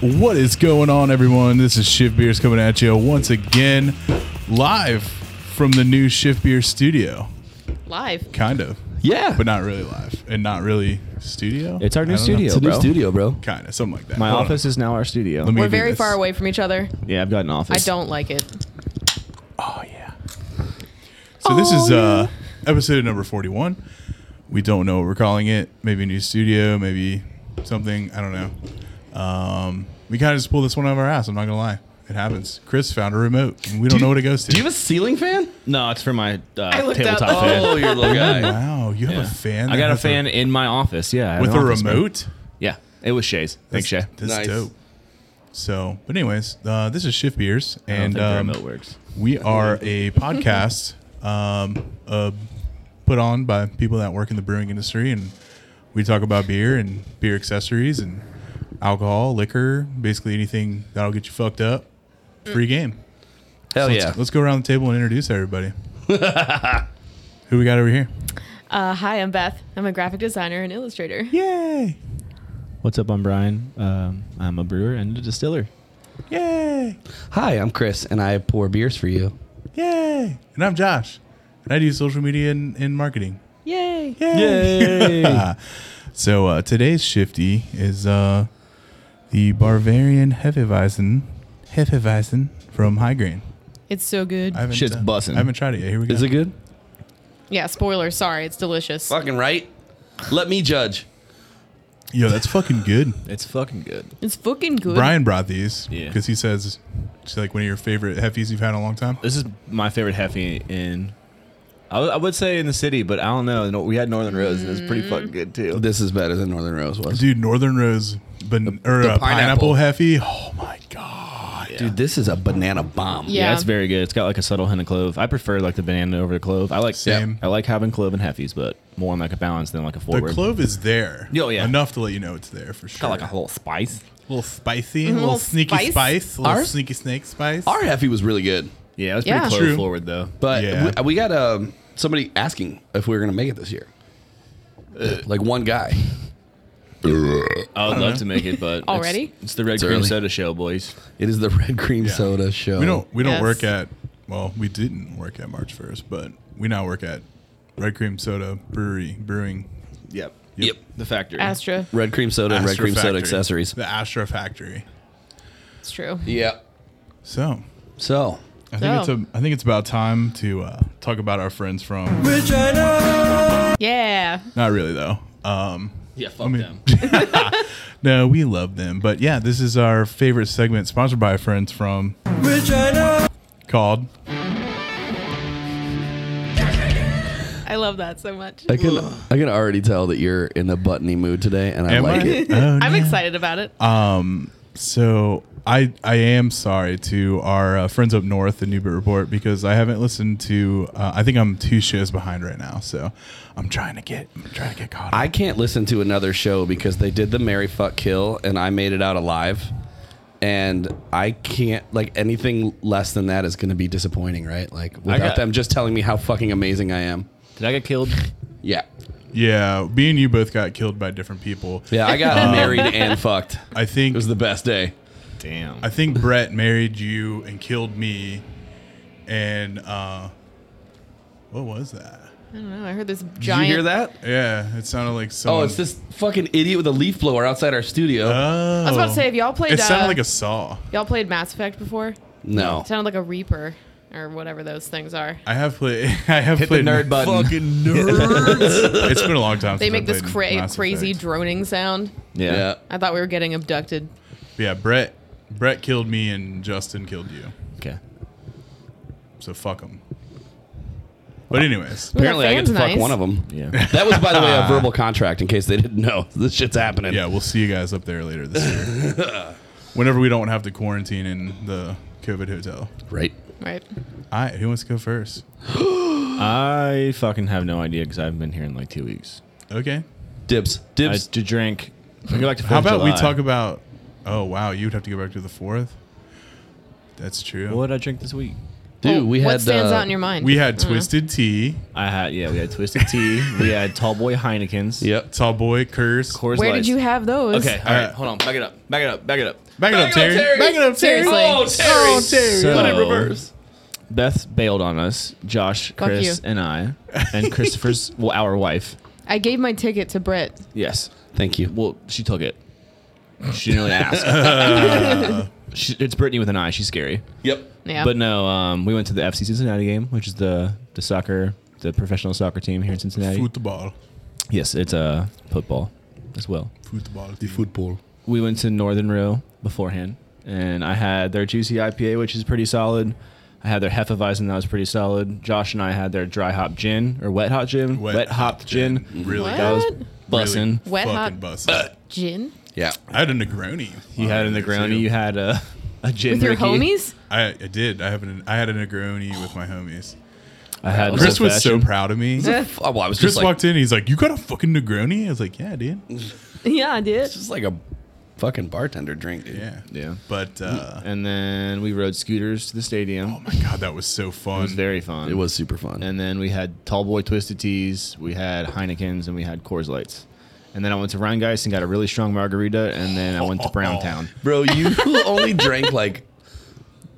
What is going on, everyone? This is Shift Beers coming at you once again, live from the new Shift Beer studio. Live. Kind of, Yeah. but not really live, and not really studio. It's our new I don't studio. know. It's a new studio, bro. Kind of, something like that. My Hold on. office is now our studio. Let me We're do very this. far away from each other. yeah, I've got an I office. don't like it. Oh yeah. So this is Oh, uh episode number forty-one. We don't know what we're calling it. Maybe a new studio. Maybe something. I don't know. Um, we kind of just pulled this one out of our ass. I'm not gonna lie. It happens. Chris found a remote. And we don't know what it goes to. Do you have a ceiling fan? No, it's for my I uh, looked up. tabletop fan. Oh, you're a little guy. Wow, you have Yeah. a fan. I that got a has fan in my office. Yeah. I have with an a office, man. remote. Yeah. It was Shay's. Thanks, Shay. That's Nice. dope. So, but anyways, uh, this is Shift Beers, I don't and think the um, remote works. we are a podcast um, uh, put on by people that work in the brewing industry, and we talk about beer and beer accessories and alcohol, liquor, basically anything that'll get you fucked up. Free game. Hell Let's- yeah. Let's go around the table and introduce everybody. Who we got over here? Uh, hi, I'm Beth. I'm a graphic designer and illustrator. Yay! What's up? I'm Brian. Um, I'm a brewer and a distiller. Yay! Hi, I'm Chris, and I pour beers for you. Yay! And I'm Josh, and I do social media and, and marketing. Yay. Yay! so uh, today's shifty is uh, the Bavarian Hefeweizen, Hefeweizen from High Grain. It's so good. I haven't, uh, Shit's bussin'. I haven't tried it yet. Here we go. Is it good? yeah, spoiler. Sorry, it's delicious. Fucking right. Let me judge. Yo, that's fucking good. It's fucking good. It's fucking good. Brian brought these Yeah. because he says it's like one of your favorite heffies you've had in a long time. This is my favorite hefe in. I w- I would say in the city, but I don't know. No, We had Northern Rose, and it was pretty fucking good too. This is better than Northern Rose was. Dude, Dude, Northern Rose ban- or the uh, pineapple. pineapple. heffy. Oh my god! this is a banana bomb. Yeah, Yeah. it's very good. It's got like a subtle hint of clove. I prefer like the banana over the clove. I like Same. I like having clove and heffies, but more on like a balance than like a The forward. clove is there. Yo, Oh, yeah. Enough to let you know it's there for sure. got like a whole spice. little spicy, little, little sneaky spice, spice. little Our- sneaky snake spice. Our Heffy was really good, Yeah, it was Yeah. pretty clove True. forward though. but Yeah. we, we got um, somebody asking if we were going to make it this year. Uh, like one guy. I would love to make it, but it's- Already? it's, the red It's cream early. soda show, boys. It is the Red Cream Yeah. Soda show. We don't we don't Yes. work at well, we didn't work at March first, but we now work at Red Cream Soda Brewery Brewing. Yep. Yep. The factory. Astra. Red Cream Soda and Red Astra Cream Soda Factory. accessories. The Astra Factory. It's true. Yeah. So So, I think So. it's a, I think it's about time to uh, talk about our friends from Yeah. not really though. Um, Yeah, fuck mean- them. no, we love them, but yeah, this is our favorite segment sponsored by friends from called I love that so much. I can I can already tell that you're in a buttony mood today, and I Am like I? it. Oh, I'm no. excited about it. Uh, So I I am sorry to our uh, friends up north, the Newbit Report, because I haven't listened to. Uh, I think I'm two shows behind right now, so I'm trying to get I'm trying to get caught. up. I can't listen to another show because they did the Mary Fuck Kill and I made it out alive. And I can't like anything less than that is going to be disappointing, right? Like without got- them just telling me how fucking amazing I am. Did I get killed? Yeah, yeah, me and you both got killed by different people. yeah. I got married and fucked. I think It was the best day. Damn. I think Brett married you and killed me, and uh, what was that? I don't know. I heard this Did you giant. hear that? Yeah, it sounded like someone. Oh, it's this fucking idiot with a leaf blower outside our studio. Oh. I was about to say, if y'all played, it sounded uh, like a saw. y'all played Mass Effect before? no, It sounded like a Reaper or whatever those things are. I have played. I have Hit the played nerd button. Fucking nerds. it's been a long time. They since I make this played cra- Mass crazy Effect. droning sound. yeah. yeah. I thought we were getting abducted. yeah, Brett. Brett killed me and Justin killed you. Okay. So fuck them. But anyways, Apparently, I get to fan's fuck nice. one of them. Yeah. That was, by the way, a verbal contract. In case they didn't know, this shit's happening. yeah, we'll see you guys up there later this year. Whenever we don't have to quarantine in the COVID hotel. right. Right. All right, who wants to go first? I fucking have no idea because I haven't been here in like two weeks. Okay. Dibs, I dibs. to drink. I go back to How Fourth of about we July. talk about? Oh wow, you'd have to go back to the fourth. That's true. What did I drink this week? Dude, we had what stands uh, out in your mind? We had twisted tea, I had yeah, we had twisted tea. we had tall boy Heinekens. Yep. tall boy curse. Coors Where did Lights. you have those? Okay, all right, Uh, hold on. Back it up. Back it up. Back it up. Back it up, Terry. Back it up, Terry. Seriously. Oh, Terry. Oh, Terry. So- Put it in reverse. Beth bailed on us, Josh, Fuck Chris, you. and I, and Christopher's well, our wife. I gave my ticket to Britt. Yes. Thank you. Well, she took it. She didn't really ask. she, it's Brittany with an eye. She's scary. Yep. Yeah. But no, um, we went to the FC Cincinnati game, which is the the soccer, the professional soccer team here in Cincinnati. Football. Yes, it's uh, football as well. Football. The football. We went to Northern Row beforehand, and I had their juicy IPA, which is pretty solid. I had their Hefeweizen, that was pretty solid. Josh and I had their dry hop gin or wet hot gin, wet, hopped gin. Really What? good. That was Really? bussin'. Really Wet fucking hop- bussin'. Gin? Yeah. I had a Negroni. You had a Negroni, you had a, a gin. With your Ricky. homies? I, I did. I have an. I had a Negroni with my homies. I had Chris was so old-fashioned. proud of me. Oh, well, I was Chris just like, walked in. He's like, "You got a fucking Negroni?" I was like, "Yeah, dude." Mm. yeah, I did. just like a fucking bartender drink, dude. Yeah. Yeah. But uh, And then we rode scooters to the stadium. oh my god, that was so it fun. was very fun. It was super fun. And then we had Tall Boy Twisted Teas, we had Heinekens, and we had Coors Lights. And then I went to Rheingeist and got a really strong margarita, and then I went to Browntown. Bro, you only drank like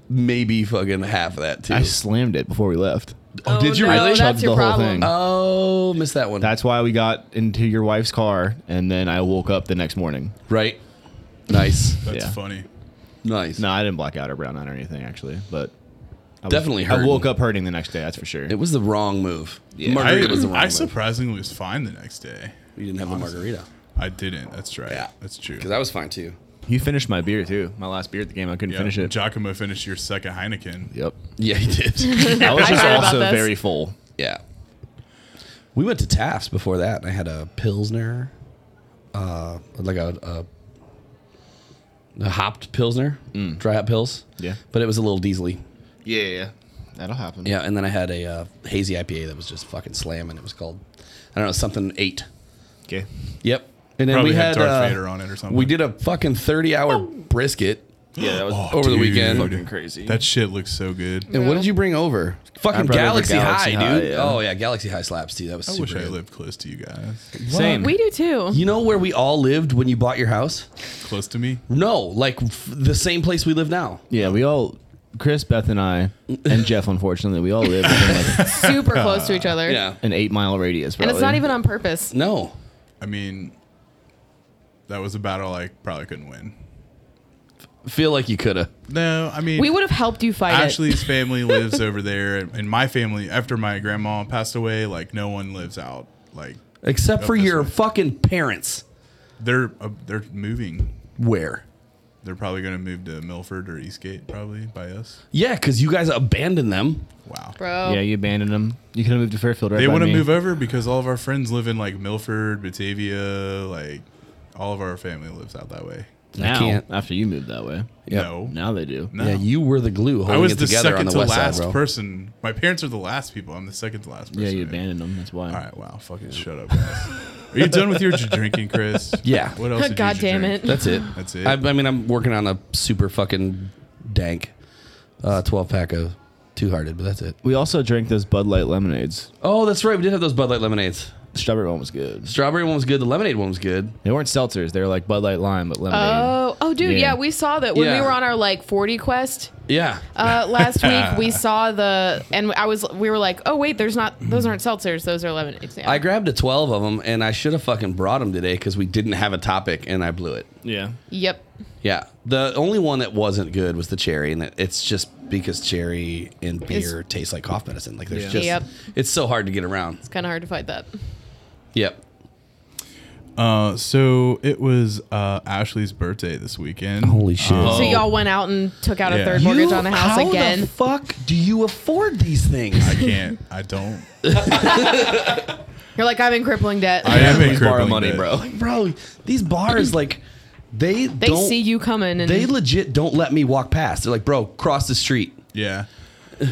maybe fucking half of that too. I slammed it before we left. Oh, did you no, really? That's Chugged your the whole problem. thing. oh, missed that one. That's why we got into your wife's car, and then I woke up the next morning. right. Nice. That's yeah. funny. nice. No, I didn't black out or brown out or anything, actually, but I was- Definitely hurting. I woke up hurting the next day, that's for sure. It was the wrong move. Yeah. Margarita I, was the wrong I move. surprisingly was fine the next day. you didn't have the margarita. I didn't. That's right. Yeah. That's true. Because I was fine too. you finished my beer, too. My last beer at the game. I couldn't Yeah, finish it. Giacomo finished your second Heineken. yep. Yeah, he did. I was I just heard about also this. very full. yeah. We went to Taft's before that, and I had a Pilsner, uh, like a, a, a hopped Pilsner, Mm. dry hop pills. Yeah. But it was a little diesely. Yeah, yeah. That'll happen. Yeah, and then I had a uh, hazy IPA that was just fucking slamming. It was called, I don't know, something eight. Okay. Yep. And then Probably we had had, Darth uh, Vader on it or something. We did a fucking thirty-hour brisket. Yeah, that was Oh, over the weekend. fucking crazy. That shit looks so good. And what did you bring over? Fucking brought over Galaxy, Galaxy High, High, dude. yeah. Oh yeah, Galaxy High slaps too. That was I super wish I good. lived close to you guys. Same. Uh, We do too. You know where we all lived when you bought your house? Close to me. No, like f- the same place we live now. Yeah, we all, Chris, Beth, and I, and Jeff, unfortunately, we all live within like Super close to each other. an eight mile radius. And Probably. it's not even on purpose. No. I mean, that was a battle I probably couldn't win. Feel like you could have. No, I mean, We would have helped you fight it. Ashley's family lives over there, and and my family, after my grandma passed away, like no one lives out. Like Except Up for this your way. fucking parents. they're uh, they're moving. Where? They're probably gonna move to Milford or Eastgate, probably by us. Yeah, because you guys abandoned them. Wow. Bro. Yeah, you abandoned them. You could have moved to Fairfield, right? They by want to me. move over because all of our friends live in like Milford, Batavia, like all of our family lives out that way. now. can't. After you moved that way, Yep. No, now they do. no. Yeah, you were the glue I holding was it the together on second the to west last side, bro. person. My parents are the last people. I'm the second to last person. Yeah, you abandoned them. That's why. All right, wow, fucking shut up. Guys. Are you done with your j- drinking, Chris? Yeah. What else? did God you damn drink? it. That's it. That's it. I, I mean, I'm working on a super fucking dank uh, 12 pack of Two Hearted, but that's it. We also drank those Bud Light lemonades. Oh, that's right. We did have those Bud Light lemonades. Strawberry one was good. Strawberry one was good. The lemonade one was good. They weren't seltzers. They were like Bud Light lime, but lemonade. Oh, oh, dude, yeah. Yeah. we saw that when Yeah. we were on our like 40 quest Yeah. uh, last week. We saw the, and I was, we were like, oh wait, there's not, those aren't seltzers, those are lemonades. Yeah. I grabbed a 12 of them and I should have fucking brought them today because we didn't have a topic and I blew it. Yeah. yep. Yeah. The only one that wasn't good was the cherry. And it- it's just because cherry and beer taste like cough medicine. Like there's Yeah. just, Yep. it's so hard to get around. It's kind of hard to fight that. Yep. Uh, so it was uh, Ashley's birthday this weekend. Uh, shit. So y'all went out and took out Oh. Yeah. a third You- mortgage on the house how again. the fuck do you afford these things? I can't. I don't. You're like, I'm in crippling debt. I am a We borrow crippling money, debt. bro. Like, bro, these bars, like, they they don't, see you coming and They legit don't let me walk past. They're like, bro, cross the street. Yeah.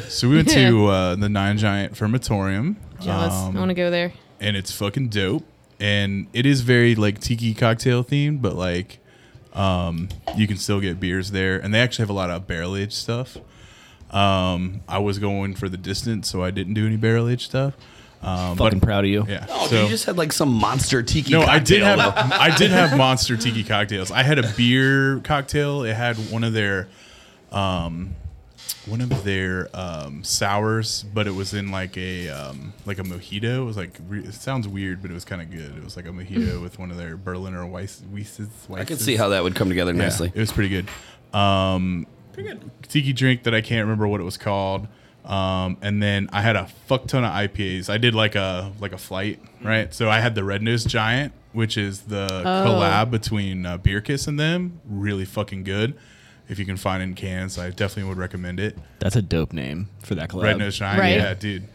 So we went to uh, the Nine Giant Fermatorium. jealous. Um, I want to go there. and it's fucking dope. And it is very like tiki cocktail themed, but like um, you can still get beers there. And they actually have a lot of barrel aged stuff. Um, I was going for the distance, so I didn't do any barrel aged stuff. Um, Fucking but proud of you. yeah. Oh, dude, so you just had like some monster tiki. no, I did cocktail. have I did have monster tiki cocktails. I had a beer cocktail. It had one of their um one of their um sours, but it was in like a um like a mojito. It was like re- it sounds weird, but it was kind of good. It was like a mojito with one of their Berliner Weiss Weisses. Hmm. I could see how that would come together Yeah, nicely. it was pretty good. Um, Tiki drink that I can't remember what it was called. Um, and then I had a fuck ton of IPAs. I did like a like a flight, right? So I had the Red Nose Giant, which is the collab between uh, Beer Kiss and them. Really fucking good. If you can find it in cans, I definitely would recommend it. That's a dope name for that collab. Red Nose Giant, Right. yeah, dude.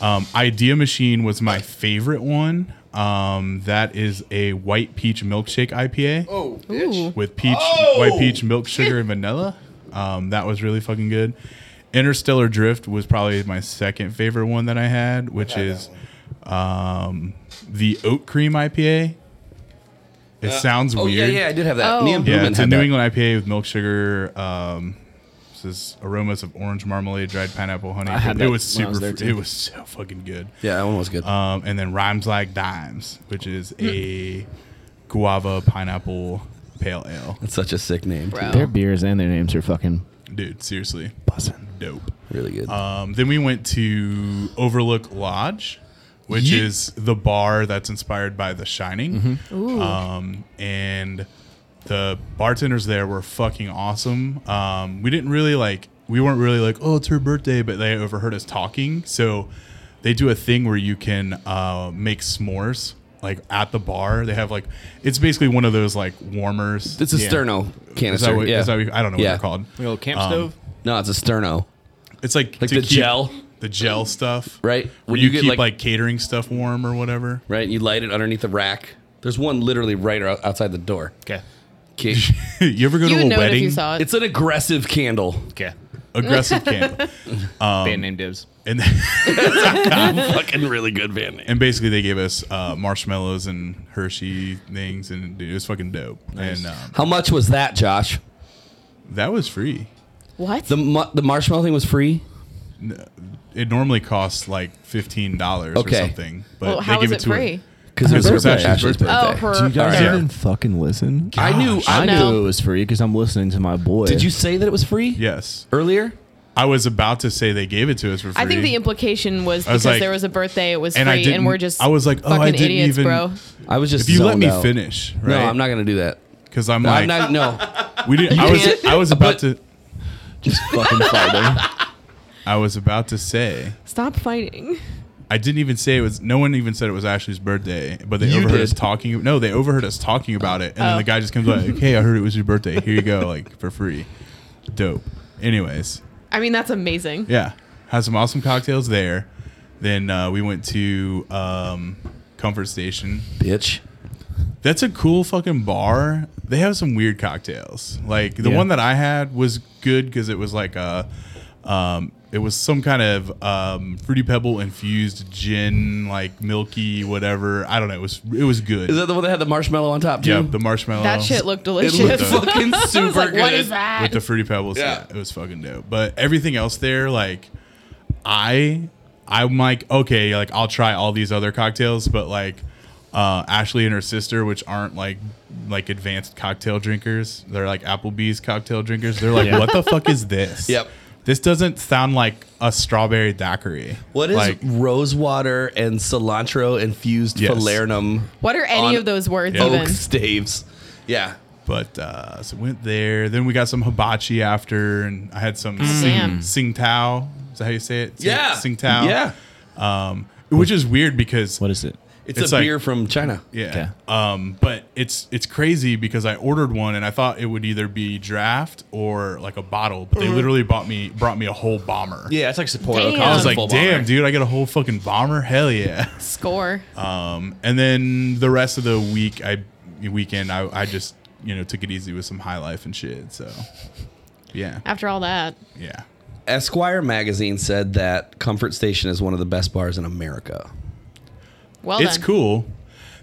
Um, Idea Machine was my favorite one. Um, that is a white peach milkshake IPA Oh, with peach, white peach, milk sugar, and vanilla. Um, that was really fucking good. Interstellar Drift was probably my second favorite one that I had, which is um, the oat cream IPA. It sounds oh yeah, weird. yeah, I did have that. Oh. Me and Yeah, Yeah, Blumen it's a had New that. England IPA with milk sugar. Um, this is aromas of orange marmalade, dried pineapple, honey. I had it that was when super. I was there, too. it was so fucking good. Yeah, that one was good. Um, and then Rhymes Like Dimes, which is Hmm. a guava pineapple pale ale. That's such a sick name, too. Bro. Their beers and their names are fucking Dude, seriously, buzzing. dope. Really good. Um, then we went to Overlook Lodge, which Ye- Mm-hmm. is the bar that's inspired by The Shining. Ooh. Um, and the bartenders there were fucking awesome. Um, we didn't really like, we weren't really like, oh, it's her birthday, but they overheard us talking. So they do a thing where you can uh, make s'mores. Like at the bar, they have like it's basically one of those like warmers. it's a Yeah. sterno Is that canister. what- yeah. is that what- I don't know Yeah. what they're called. Little camp Um, stove. no, it's a sterno. It's like Like to the keep gel? the gel stuff, Right. Where When you, you get, keep like, like- catering stuff warm or whatever. Right, and you light it underneath the rack. There's one literally right o- outside the door. Okay. Okay. you ever go You to would a know it if wedding? you saw it. it's an aggressive candle. Okay. Aggressive candle, Band name dibs. and then, Fucking really good band name. and basically they gave us uh, marshmallows and Hershey things, and dude, it was fucking dope. And um, How much was that, Josh? that was free. what? The mu- the marshmallow thing was free. It normally costs like fifteen dollars Okay. or something, but well, how they give was it, it to free? her. Because it was birthday. Ashley's birthday. Oh, her. Do you guys Alright. even fucking listen? I knew. I I No. knew it was free because I'm listening to my boy. Did you say that it was free Yes, earlier? I was about to say they gave it to us for free. I think the implication was I was because like- there was a birthday, it was and I free, didn't- and we're just I was like, oh, I fucking didn't idiots, even- bro. I was just. If you let zoned me out. finish, right? No, I'm not gonna do that. because I'm No, like I'm not. No. we didn't. I was can't- I was about to just fucking fighting? I was about to say Stop fighting. I didn't even say it was. No one even said it was Ashley's birthday, but they You overheard did. us talking. No, they overheard us talking about it, and then Oh. the guy just comes like, "Hey, I heard it was your birthday. Here you go, like for free, dope." Anyways, I mean, that's amazing. yeah, had some awesome cocktails there. Then uh, we went to um, Comfort Station. Bitch. That's a cool fucking bar. They have some weird cocktails. Like the Yeah. one that I had was good because it was like a, um, it was some kind of um, fruity pebble infused gin, like milky whatever. I don't know. It was it was good. Is that the one that had the marshmallow on top too? yeah, the marshmallow. That shit looked delicious. looked I fucking was super like, What good. is that? uh, with the fruity pebbles. Yeah. Yeah. it was fucking dope. But everything else there, like I, I'm like okay, like I'll try all these other cocktails, but like uh, Ashley and her sister, which aren't like like advanced cocktail drinkers, they're like Applebee's cocktail drinkers. They're like, Yeah. what the fuck is this? Yep. This doesn't sound like a strawberry daiquiri. What is like? rosewater and cilantro infused Yes. falernum? What are any on of those words Yeah. Oak even? staves. Yeah. But uh, so went there. Then we got some hibachi after, and I had some sing, Damn. sing tao. Is that how you say it? Sing- Yeah. sing tao. Yeah. um, which is weird because What is it? It's, It's a like- beer from China. yeah, um, but it's it's crazy because I ordered one and I thought it would either be draft or like a bottle, but they literally bought me brought me a whole bomber. Yeah, it's like Sapporo. Damn. I was Um, like, full damn, bomber. dude, I got a whole fucking bomber. Hell yeah. Score. Um, and then the rest of the week, I weekend, I, I just you know took it easy with some high life and shit. So yeah, After all that, yeah. Esquire magazine said that Comfort Station is one of the best bars in America. well it's then. cool.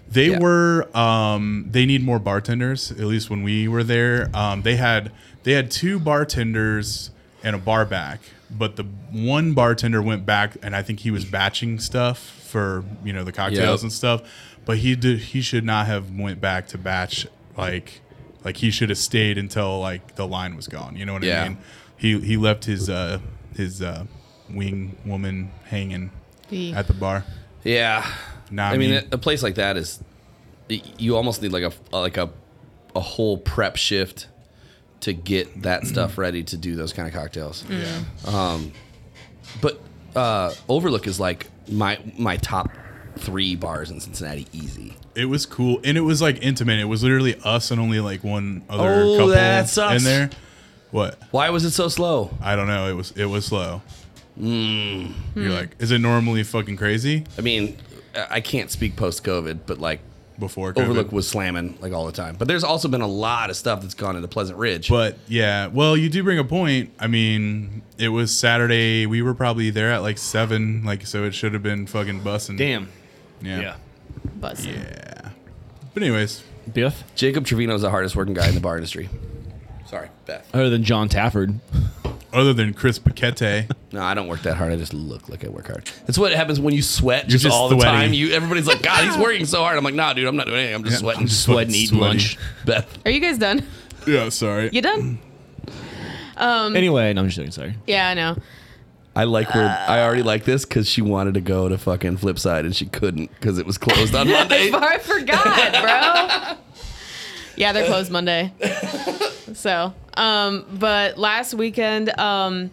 They Yeah. were um, they need more bartenders. At least when we were there, um, they had they had two bartenders and a bar back, but the one bartender went back, and I think he was batching stuff for you know the cocktails Yep. and stuff. But he did. He should not have went back to batch like like he should have stayed until like the line was gone. You know what Yeah. I mean? He he left his uh his uh wing woman hanging The- at the bar. Yeah. Nah, I mean, me- a a place like that is, y- you almost need like a like a, a whole prep shift to get that stuff ready to do those kind of cocktails. Um, Yeah. But uh, Overlook is like my my top three bars in Cincinnati easy. It was cool, and it was like intimate. It was literally us and only like one other Oh, couple that sucks. in there. What? Why was it so slow? I don't know. It was it was slow. Hmm. You're like, is it normally fucking crazy I mean, I I can't speak post COVID, but like before COVID? Overlook was slamming like all the time. But there's also been a lot of stuff that's gone into Pleasant Ridge. But yeah, well, you do bring a point. I mean, it was Saturday. We were probably there at like seven, like so it should have been fucking bussing. Damn. Yeah. yeah. Buzz. But anyways, Biff? Jacob Trevino is the hardest working guy in the bar industry. Sorry, Beth. Other than John Tafford. other than Chris Paquete, No, I don't work that hard. I just look like I work hard. That's what happens when you sweat You're just, just all the sweaty. time. You everybody's like, God, he's working so hard. I'm like, Nah, dude, I'm not doing anything. I'm just sweating. just Sweating, fucking eating sweaty. lunch. Beth. Are you guys done? Yeah, sorry. You done? Um, anyway, no, I'm just joking. Sorry. Yeah, I know. I like where I already like this because she wanted to go to fucking Flipside and she couldn't because it was closed on Monday. I forgot, bro. yeah, they're closed Monday. So, um, but last weekend, um,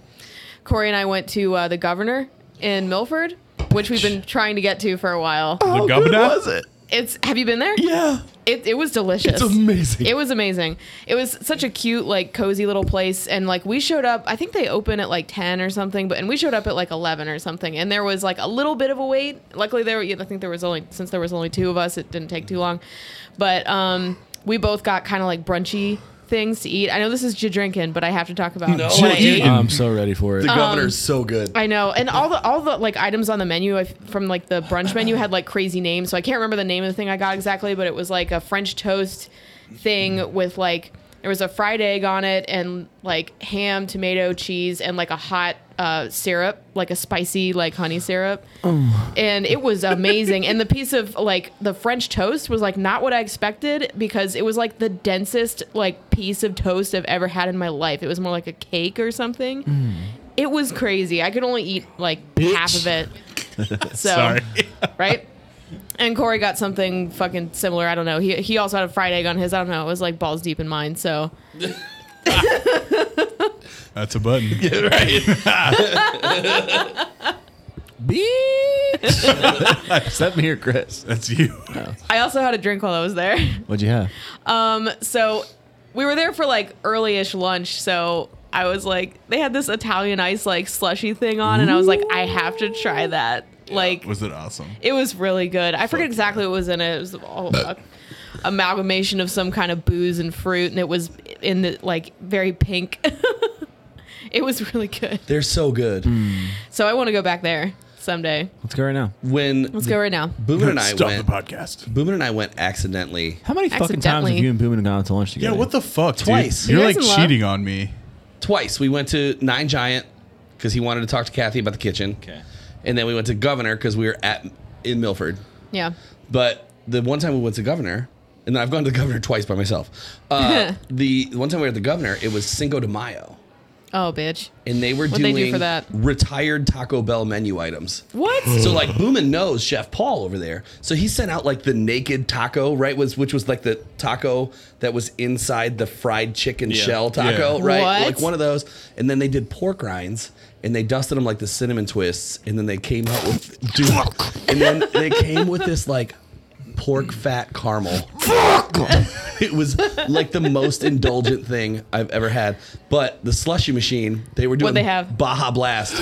Corey and I went to uh, the Governor in Milford, which we've been trying to get to for a while. the Good governor? was it? It's have you been there? Uh-huh. Yeah, It, it was delicious. it's amazing. It was amazing. It was such a cute, like, cozy little place. And like, we showed up. I think they open at like ten or something, but and we showed up at like eleven or something. And there was like a little bit of a wait. Luckily, there. were- I think there was only since there was only two of us, it didn't take too long. But um, we both got kind of like brunchy things to eat. I know this is drinking, but I have to talk about what I ate. Jidrinkin. I'm so ready for it. Um, the governor's so good. I know, and all the all the like items on the menu I f- from like the brunch menu had like crazy names. So I can't remember the name of the thing I got exactly, but it was like a French toast thing with like there was a fried egg on it and like ham, tomato, cheese, and like a hot uh, syrup, like a spicy like honey syrup, and it was amazing. and the piece of like the French toast was like not what I expected because it was like the densest like piece of toast I've ever had in my life. It was more like a cake or something. It was crazy. I could only eat like half of it. So, Sorry. right? And Corey got something fucking similar. I don't know. He he also had a fried egg on his. I don't know. It was like balls deep in mine. So That's a button. Bitch. Step me here, Chris. That's you. I also had a drink while I was there. What'd you have? So we were there for like early-ish lunch. So I was like, they had this Italian ice like slushy thing on, and I was like, I have to try that. Like Was it awesome? It was really good. I forget exactly what was in it. It was all a amalgamation of some kind of booze and fruit, and it was in the like very pink. it was really good. They're so good. So I want to go back there someday. Let's go right now. When Let's go right now. Boomin and I Stop went, the podcast. Boomin and I went accidentally. How many fucking times have Accidentally. you and Boomin gone out to lunch Yeah, together? what the fuck, dude? Twice. You're You like guys in love? cheating on me. twice. We went to Nine Giant because he wanted to talk to Kathy about the kitchen. Okay. And then we went to Governor because we were at in Milford. Yeah. But the one time we went to Governor, and I've gone to the Governor twice by myself. Uh, the one time we were at the Governor, it was Cinco de Mayo, Oh, bitch. and they were What'd they doing do for that? retired Taco Bell menu items. What? Hmm. So like Boomin knows Chef Paul over there. So he sent out like the naked taco, right? Was which was like the taco that was inside the fried chicken shell taco, Yeah. right? What? Like one of those. And then they did pork rinds and they dusted them like the cinnamon twists and then they came out with dude, and then they came with this like pork fat caramel. It was like the most indulgent thing I've ever had. But the slushy machine, they were doing What'd they have? Baja Blast.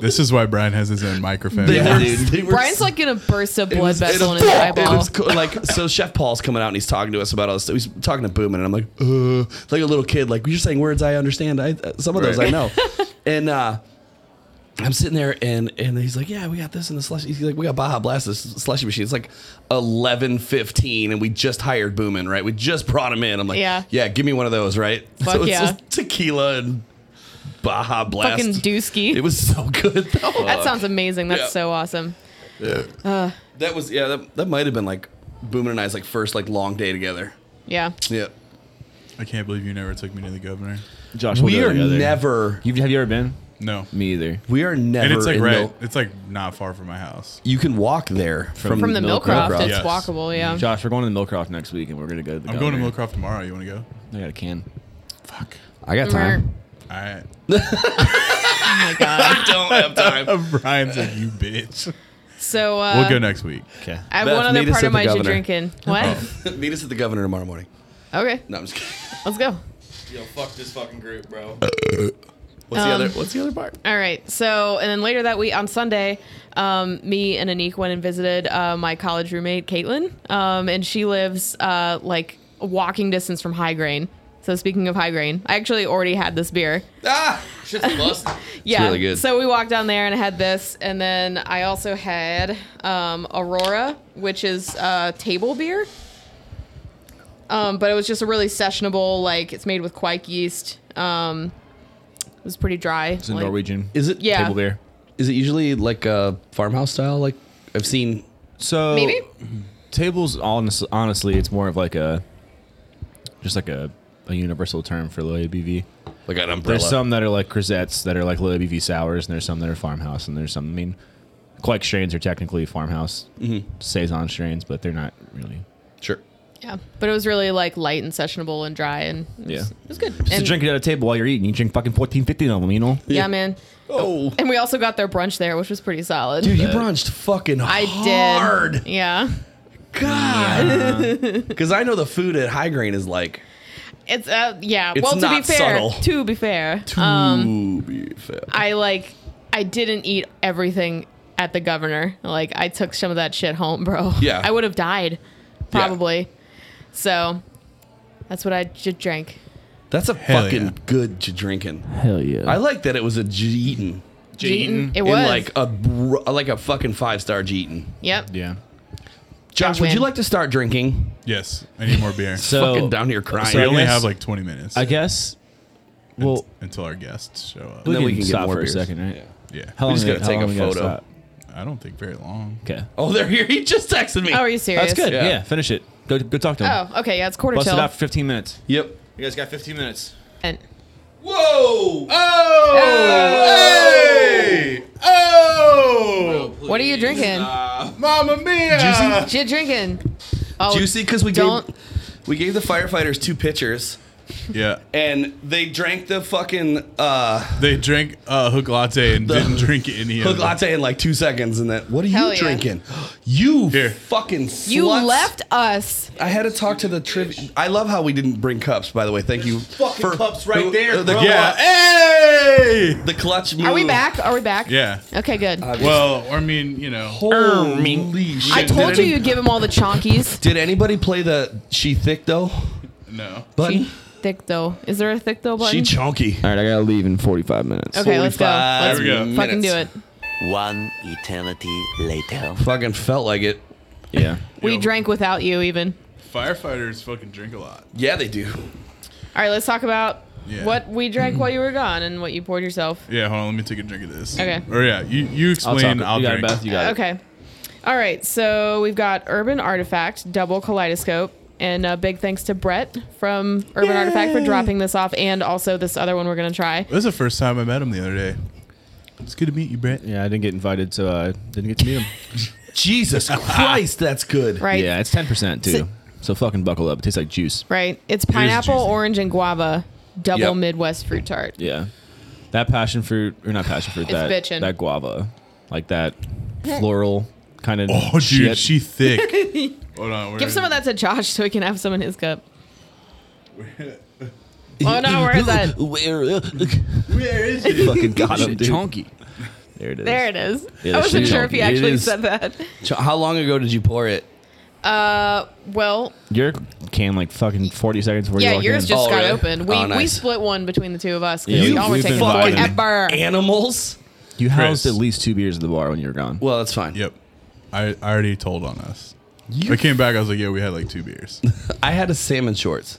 This is why Brian has his own microphone. They Yeah. were- they were Brian's like gonna burst a blood was- vessel in and his it- eyeball. it was co- like so, Chef Paul's coming out and he's talking to us about all this. stuff. He's talking to Boomin, and I'm like, uh, like a little kid. Like you're saying words I understand. I uh, some of those Right. I know, and uh, I'm sitting there, and and he's like, yeah, we got this in the slushy. He's like, we got Baja Blast this slushy machine. It's like 11:15, and we just hired Boomin, right? We just brought him in. I'm like, Yeah. yeah, give me one of those, right? Fuck it's yeah. just tequila and Baja Blast. Fucking Dusky. It was so good though. that sounds amazing. That's Yeah. so awesome. That was yeah. That, that might have been like Boomin and I's like first like long day together. Yeah. Yeah. I can't believe you never took me to the governor. Josh, we'll We go are together. never. You've, have you ever been? No. Me either. We are never. and it's like in right. Mil- it's like not far from my house. you can walk there from From the Millcroft, Millcroft. it's Yes. walkable. Yeah. Josh, we're going to the Millcroft next week, and we're gonna go to the. I'm going to Millcroft tomorrow. You want to go? I got a can. Fuck. I got time. All right. Oh my god. Don't have time. Brian's like, you bitch. So uh, We'll go next week. Okay. I have Beth, one meet other us part at of the my you governor. drinking. What? Meet us at the governor tomorrow morning. Okay. No, I'm just kidding. Let's go. Yo, fuck this fucking group, bro. What's the Um, other? What's the other part? All right. So, and then later that week on Sunday, um, me and Anique went and visited uh, my college roommate Caitlin, um, and she lives uh, like walking distance from High Grain. So, speaking of High Grain, I actually already had this beer. Ah, shit's busted. Yeah. really good. So we walked down there and I had this, and then I also had um, Aurora, which is uh, table beer. Um, but it was just a really sessionable, like it's made with quake yeast. Um, it was pretty dry. It's a like- Norwegian. Is it? Yeah. Table beer. Is it usually like a farmhouse style? Like I've seen. So Maybe. Oh. tables. Honestly, honestly, it's more of like a, just like a, a universal term for low ABV. Like an umbrella. There's some that are like Crisettes that are like low ABV sours, and there's some that are farmhouse, and there's some. I mean, Quake strains are technically farmhouse saison strains, but they're not really. Sure. Yeah, but it was really like light and sessionable and dry, and it was, Yeah. it was good. Just And- drink it at a table while you're eating. You drink fucking fourteen fifteen of them, you know. yeah, man. Oh, And we also got their brunch there, which was pretty solid. dude, you brunched fucking I hard. did. Yeah, God. Because I know the food at High Grain is like. it's uh, yeah. It's well, to be not fair, subtle. to be fair, Um, ooh, be fat. I like I didn't eat everything at the governor. Like I took some of that shit home, bro. Yeah. I would have died, probably. So that's what I just drank. That's a Hell fucking yeah. good to drinking. Hell yeah. I like that it was a Jeeton. Jeeton. It In was like a br- like a fucking five star Jeeton. yep. yeah. Josh, would you win. like to start drinking? Yes. I need more beer. So fucking down here crying. we I only guess- have like 20 minutes I guess. Well, until our guests show up. we then can, we can get stop more for beers. a second, right? Yeah. How long just we- gotta how take long a we gotta photo. stop? I don't think very long. Okay. Oh, they're here. He just texted me. Oh, are you serious? That's good. Yeah. Yeah. finish it. Go, go talk to him. Oh, okay. Yeah, it's quarter Bust till. it out for 15 minutes. Yep. You guys got 15 minutes. And- Whoa. Oh! Hey! Oh! what are you drinking? Mamma mia! What you drinking? Oh, Juicy because we Don't- gave we gave the firefighters two pitchers Yeah. and they drank the fucking uh, They drank uh, hook latte and didn't drink any of hook it. latte in like two seconds and then what are you Hell yeah. drinking? You Here. fucking sluts. You left us. I had to talk to the trivia. I love how we didn't bring cups. By the way, thank you. fucking cups right who- uh, there, The, bro. Yeah. yeah, Hey! the clutch. Move. Are we back? Are we back? Yeah. Okay, good. eh. Well, I mean, you know. Holy Uh, shit! I told you you'd give him all the chonkies. Did anybody play the she thick though? No. Button? She thick though. Is there a thick though button? chunky. All right, I got to leave in 45 minutes. okay, let's go. 45 Let's There we go. fucking do it. minutes. One eternity later. Fucking felt like it. Yeah. We Yo. drank without you even. Firefighters fucking drink a lot. Yeah, they do. All right, let's talk about Yeah. what we drank while you were gone and what you poured yourself. Yeah, hold on. Let me take a drink of this. Okay. Or yeah, you, you I'll explain. talk. I'll, you got drink. it, Beth. You got it. Okay. All right, so we've got Urban Artifact, Double Kaleidoscope, and a big thanks to Brett from Urban Artifact for dropping this off and also this other one we're going to try. This is the first time I met him the other day. It's good to meet you, Brett. Yeah, I didn't get invited, so I didn't get to meet him. Jesus Christ, that's good. Right. Yeah, it's 10% too. So fucking buckle up. It tastes like juice. Right. It's pineapple, juicy. orange, and guava, double Yep. Midwest fruit tart. Yeah. That passion fruit, or not passion fruit, It's that, bitchin'. that guava. Like that floral kind of Oh, dude, shit. she thick. Hold on. we're Give some of gonna- that to Josh so he can have some in his cup. oh no, where is that? uh, Where is it? fucking got him, dude. Chunky. There it is. There it is. Yeah, I wasn't she's sure if he on- it actually is. said that. So How long ago did you pour it? Uh, well, Your can like fucking 40 seconds before yeah, you walk yours in. just Oh, got really? open. We Oh, we nice. split one between the two of us Yeah, because we- y'all were we've taking been vibing. forever. Animals? You housed Chris. at least two beers at the bar when you were gone. Well, that's fine. Yep. I, I already told on us. I came back. I was like, yeah, we had like two beers I had a salmon shorts.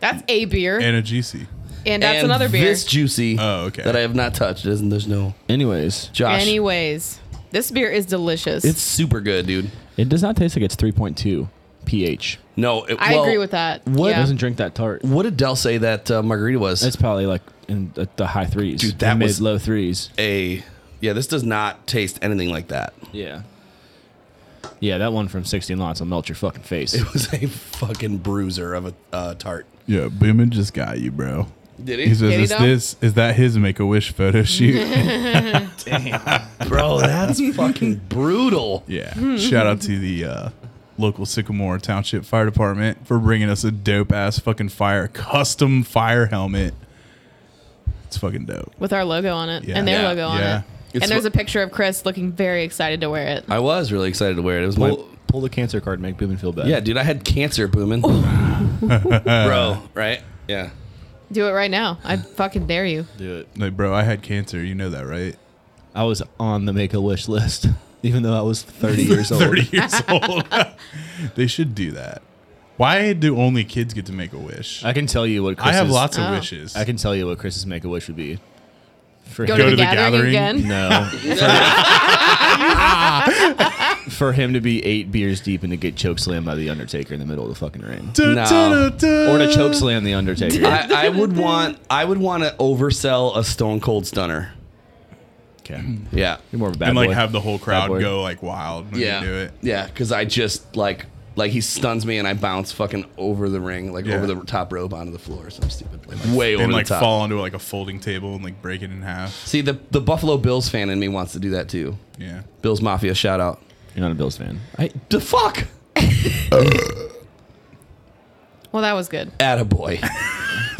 That's a beer. and a GC. And that's another beer. This juicy. Oh, okay. That I have not touched. Isn't there's no Anyways, Josh? Anyways, this beer is delicious. it's super good, dude. it does not taste like it's 3.2 pH. No, it, I well, agree with that. What Yeah. doesn't drink that tart? What did Dell say that uh, margarita was? It's probably like in the, the high threes, Dude, that mid was- low threes. a yeah. This does not taste anything like that. Yeah, yeah, that one from 16 lots will melt your fucking face. It was a fucking bruiser of a uh, tart. Yeah, Boomin just got you, bro. Did He says, he "Is though? this is that his Make a Wish photo shoot?" bro? That's fucking brutal. yeah. Shout out to the uh, local Sycamore Township Fire Department for bringing us a dope ass fucking fire custom fire helmet. It's fucking dope. With our logo on it Yeah. and their Yeah. logo on Yeah. it. It's and there's wh- a picture of Chris looking very excited to wear it. I was really excited to wear it. It was my pull, pull the cancer card, and make Boomin feel bad. yeah, dude. I had cancer booming, bro. Right? Yeah. Do it right now. I fucking dare you. do it. Like, bro, I had cancer. You know that, right? I was on the Make a Wish list, even though I was 30 years old. Thirty years old. they should do that. Why do only kids get to make a wish? I, I can tell you what Chris have lots of Oh. wishes. I can tell you what Chris's Make a Wish would be. For Go, him- to, Go the, gathering, again. No. for, for him to be eight beers deep and to get choke slammed by the Undertaker in the middle of the fucking rain, No. Da-da-da-da. or to choke slam the Undertaker. I, I would want. I would want to oversell a Stone Cold Stunner. okay. Yeah. You're more of a bad and like boy. have the whole crowd boy. go like wild when Yeah. you do it. Yeah, because I just like like he stuns me and I bounce fucking over the ring, like Yeah. over the top rope onto the floor or something stupid. Like, way over and like the top. fall onto like a folding table and like break it in half. See the the Buffalo Bills fan in me wants to do that too. Yeah. Bills Mafia shout out. You're not a Bills fan. I the fuck Well, that was good. attaboy.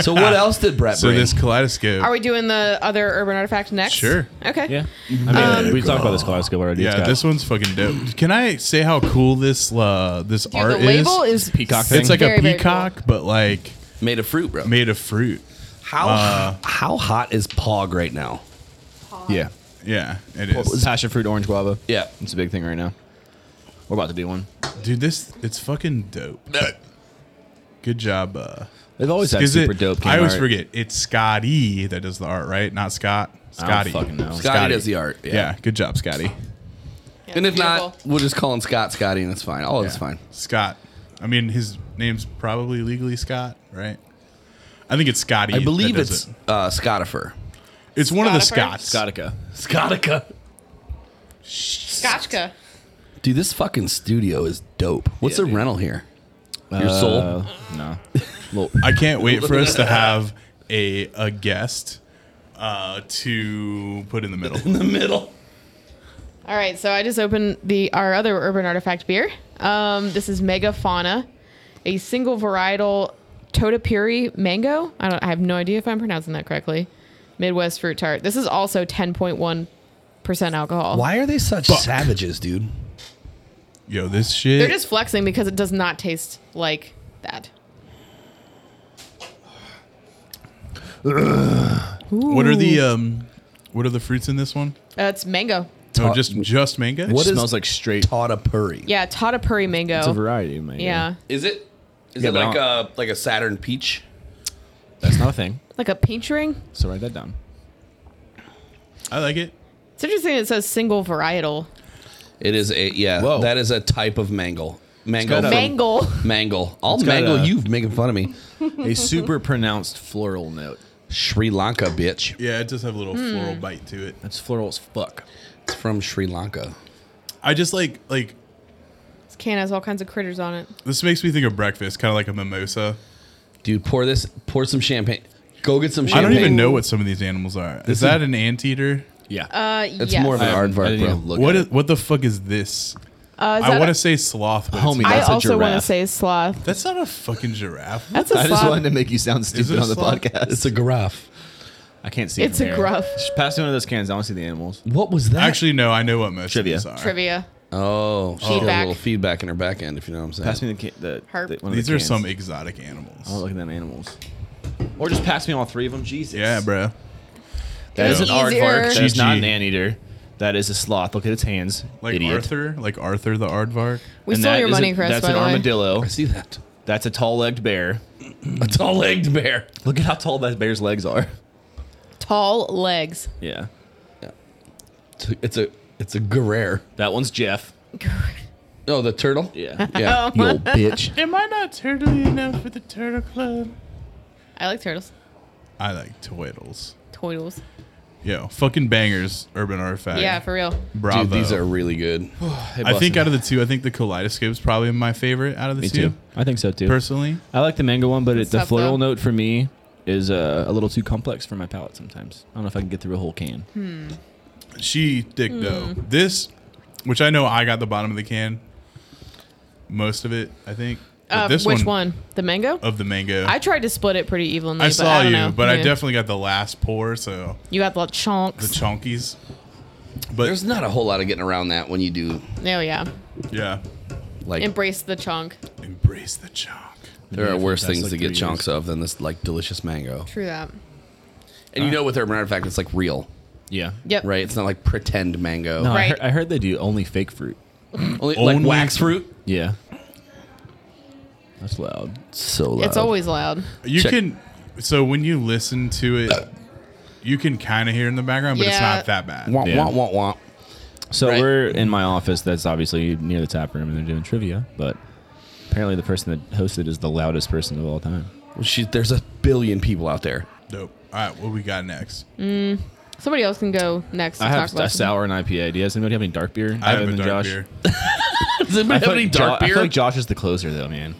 so what else did Brett So bring? this kaleidoscope. Are we doing the other urban artifact next? Sure. Okay. Yeah. I mean, we talked about this kaleidoscope already. It's yeah, got- this one's fucking dope. Can I say how cool this uh this Dude, art the label is? is, peacock thing. It's like very, a very peacock, but like made of fruit, bro. made of fruit. how uh, how hot is Pog right now? Yeah. Yeah, it is. Passion fruit, orange guava. Yeah. It's a big thing right now. We're about to do one. Dude, this it's fucking dope. Good job, uh They've always had is super it, dope. I always art. forget. It's Scotty that does the art, right? Not Scott. Scotty. fucking know. Scotty Scotty does the art. Yeah. Yeah. good job, Scotty. Yeah, And if not, beautiful. we'll just call him Scott Scotty and that's fine. All is Yeah. fine. Scott. I mean, his name's probably legally Scott, right? I think it's Scotty. I that believe does it's it. uh, Scottifer. it's one of the Scottifer? Scots. Scottica. Scottica. Scotchka. Dude, this fucking studio is dope. What's Yeah, the dude. rental here? Your soul? No. I can't wait for us to have a a guest uh, to put in the middle. the middle. All right, so I just opened the our other urban artifact beer. Um, this is Megafauna, a single varietal Totapiri mango. I don't. I have no idea if I'm pronouncing that correctly. Midwest fruit tart. This is also 10.1 percent alcohol. Why are they such Fuck. savages, dude? Yo, this shit. They're just flexing because it does not taste like that. what are the um, what are the fruits in this one? Uh, it's mango. No, just just manga. What it is- smells like straight. Puri. Yeah, Totapuri mango. It's a variety, man. yeah, Is it? Is Yeah, it but like I a like a Saturn peach? That's not a thing. like a peach ring. So write that down. I like it. It's interesting. It says single varietal It is a yeah. Whoa. That is a type of mangle. Mango. got a- from- mango. Mangle. I'll It's got mangle a- you for making fun of me. A super pronounced floral note. Sri Lanka, bitch. Yeah, it does have a little Hmm. floral bite to it. That's floral as fuck. It's from Sri Lanka. I just like like This can has all kinds of critters on it. this makes me think of breakfast, kind of like a mimosa. Dude, pour this pour some champagne. Go get some I champagne. don't even know what some of these animals are. Is that an anteater? Yeah. Uh, It's yes. more of an I haven't- I aardvark, didn't bro. even look What at is, what the fuck is this? Uh, is I that- want to say sloth, but Homie, it's not. I That's a also want to giraffe. say sloth. that's not a fucking giraffe. That's a I just sloth. wanted to make you sound it stupid a on the slug? podcast. It's a giraffe. I can't see. it It's from a here. gruff. Just pass me one of those cans. I want to see the animals. What was that? Actually, no, I know what most Trivia. of these are. Trivia. oh, she got Feedback. a little feedback in her back end, if you know what I'm saying. Pass me the can. The, Herp. the- one of These the are cans. Oh, some exotic animals. I want to look at them animals. Or just pass me all three of them. Jesus. yeah, bro. That is an Easier. aardvark. That's GG. not an anteater. That is a sloth. Look at its hands. Like Idiot. Arthur, like Arthur the aardvark. We And stole that your is money, a- Chris. That's by an the way. armadillo. I see that. That's a tall-legged bear. A tall-legged bear. Look at how tall that bear's legs are. Tall legs. Yeah. It's a it's a, it's a Guerrero. That one's Jeff. Oh, the turtle. Yeah. Oh. Yeah, you old bitch. Am I not turtly enough for the turtle club? I like turtles. I like twiddles. Toidles. Yo, fucking bangers, urban artifact. Yeah, for real. Bravo. Dude, these are really good. I think out of the two, I think the kaleidoscope is probably my favorite out of the Me two, too. I think so too. personally. I like the mango one, but it, the tough, floral though. note for me is uh, a little too complex for my palate sometimes. I don't know if I can get through a whole can. She thick though. Hmm. This, which I know I got the bottom of the can, most of it, I think. But Uh, this which one? The mango? of the mango? I tried to split it pretty evenly. I but saw I don't you, know. but I Yeah. definitely got the last pour, so You got the the chunks. chonkies. But There's not a whole lot of getting around that when you do oh yeah. yeah, like Embrace the chunk. embrace the chonk. there are worse That's things like to three get years. chunks of than this like delicious mango. True that. And you know, with urban artifact, it's like real, Yeah. Yep. right? It's not like pretend mango. No, I, Right. heard, I heard they do only fake fruit. Only, like Only- wax fruit. Yeah. That's loud. So loud. It's always loud. You Check. can, so when you listen to it, you can kind of hear it in the background, but it's Yeah. not that bad. womp Yeah. womp womp womp. So Right. we're in my office. That's obviously near the tap room, and they're doing trivia. But apparently, the person that hosted is the loudest person of all time. Well, she, there's a billion people out there. Dope. All right, what we got next? Mm. Somebody else can go next. I to have talk about a something. sour and IPA. Do you guys anybody have any dark beer? I other have a than dark Josh? beer. Does anybody I have feel, any like dark Jo- I beer? feel like Josh is the closer though, man.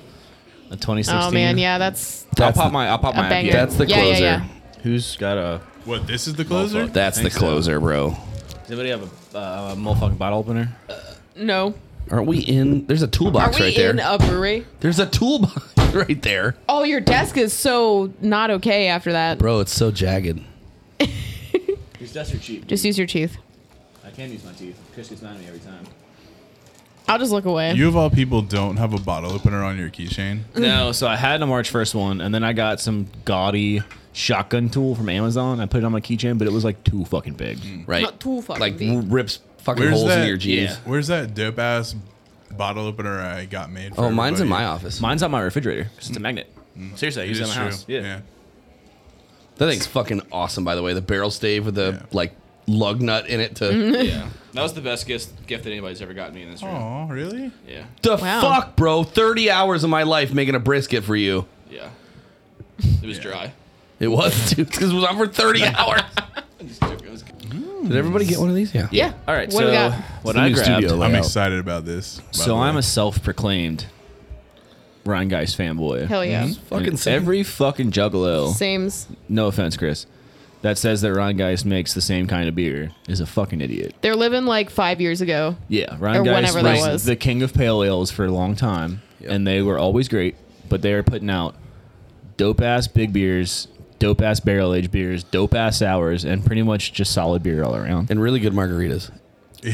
A 2016. Oh man, yeah, that's I'll That's pop the- my. I'll pop a my banger. IPA. That's the yeah, closer. Yeah, Who's got a? What? This is the closer. That's the Think so. closer, bro. Does anybody have a, uh, a motherfucking bottle opener? yeah. No. Aren't we in? There's a Are toolbox we right there. in a brewery? there's a toolbox right there, Oh, your desk is so not okay after that. bro. It's so jagged. These desks are cheap. Just use your teeth. I can use my teeth. Chris gets mad at me every time. I'll just look away. You of all people don't have a bottle opener on your keychain. No, so I had a March first one, and then I got some gaudy shotgun tool from Amazon. I put it on my keychain, but it was like too fucking big. Right. Not too fucking Like deep. rips fucking Where's holes in that? your jeans. Yeah. Where's that dope ass bottle opener I got made? For Oh, mine's in my everybody? office. Mine's on my refrigerator 'cause it's a magnet. Seriously, I It use it is on my true. house. Yeah. yeah. That thing's fucking awesome, by the way. The barrel stave with the Yeah. like lug nut in it Mm-hmm. to. that was the best gift gift that anybody's ever gotten me in this Oh, really? Yeah, the Wow. fuck, bro! Thirty hours of my life making a brisket for you. yeah. It was dry. It was, dude, because it was on for thirty hours. Did everybody get one of these? Yeah. yeah. All right, What so do we got? what the I new grabbed. studio I'm Layout. excited about this. by the So way. I'm a self-proclaimed Ryan Geist fanboy. Hell yeah. Mm-hmm. Fucking And same. every fucking juggalo. Same's. No offense, Chris. That says that Ryan Geist makes the same kind of beer is a fucking idiot. They're living like five years ago. Yeah, Ryan Or Geist whenever that was, was. the king of pale ales for a long time, and they were always great. But they are putting out dope ass big beers, dope ass barrel aged beers, dope ass sours, and pretty much just solid beer all around. And really good margaritas. And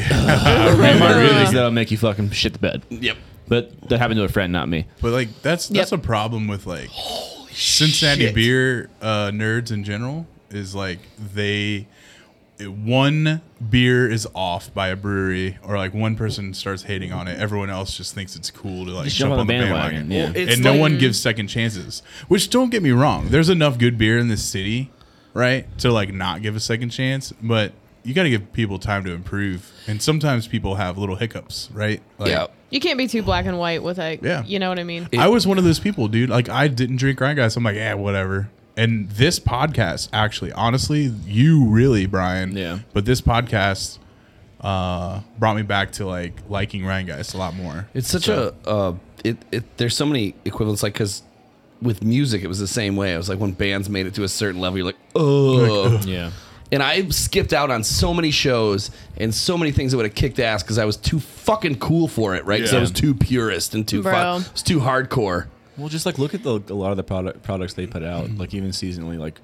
margaritas that'll make you fucking shit the bed. Yep. But that happened to a friend, not me. but like that's that's Yep. a problem with like Cincinnati shit. beer uh, nerds in general is like they it- one beer is off by a brewery or like one person starts hating on it everyone else just thinks it's cool to like Just jump, on the bandwagon, bandwagon, yeah. Well, it's and no like- one gives second chances which don't get me wrong there's enough good beer in this city right to like not give a second chance but you got to give people time to improve and sometimes people have little hiccups right like, yeah. You can't be too black and white with like, Yeah. you know what I mean? I was one of those people, dude. Like I didn't drink Ryan Guys. I'm like, yeah, whatever. And this podcast, actually, honestly, you really, Brian. Yeah. But this podcast uh brought me back to like liking Ryan Guys a lot more. It's such a uh, it, it. There's so many equivalents, like because with music it was the same way. It was like when bands made it to a certain level, you're like, oh. Yeah. And I skipped out on so many shows and so many things that would have kicked ass because I was too fucking cool for it, right? Because I Yeah. was too purist and too fu- Bro. it was too hardcore. Well, just like look at the, a lot of the product products they put out, like even seasonally. Like,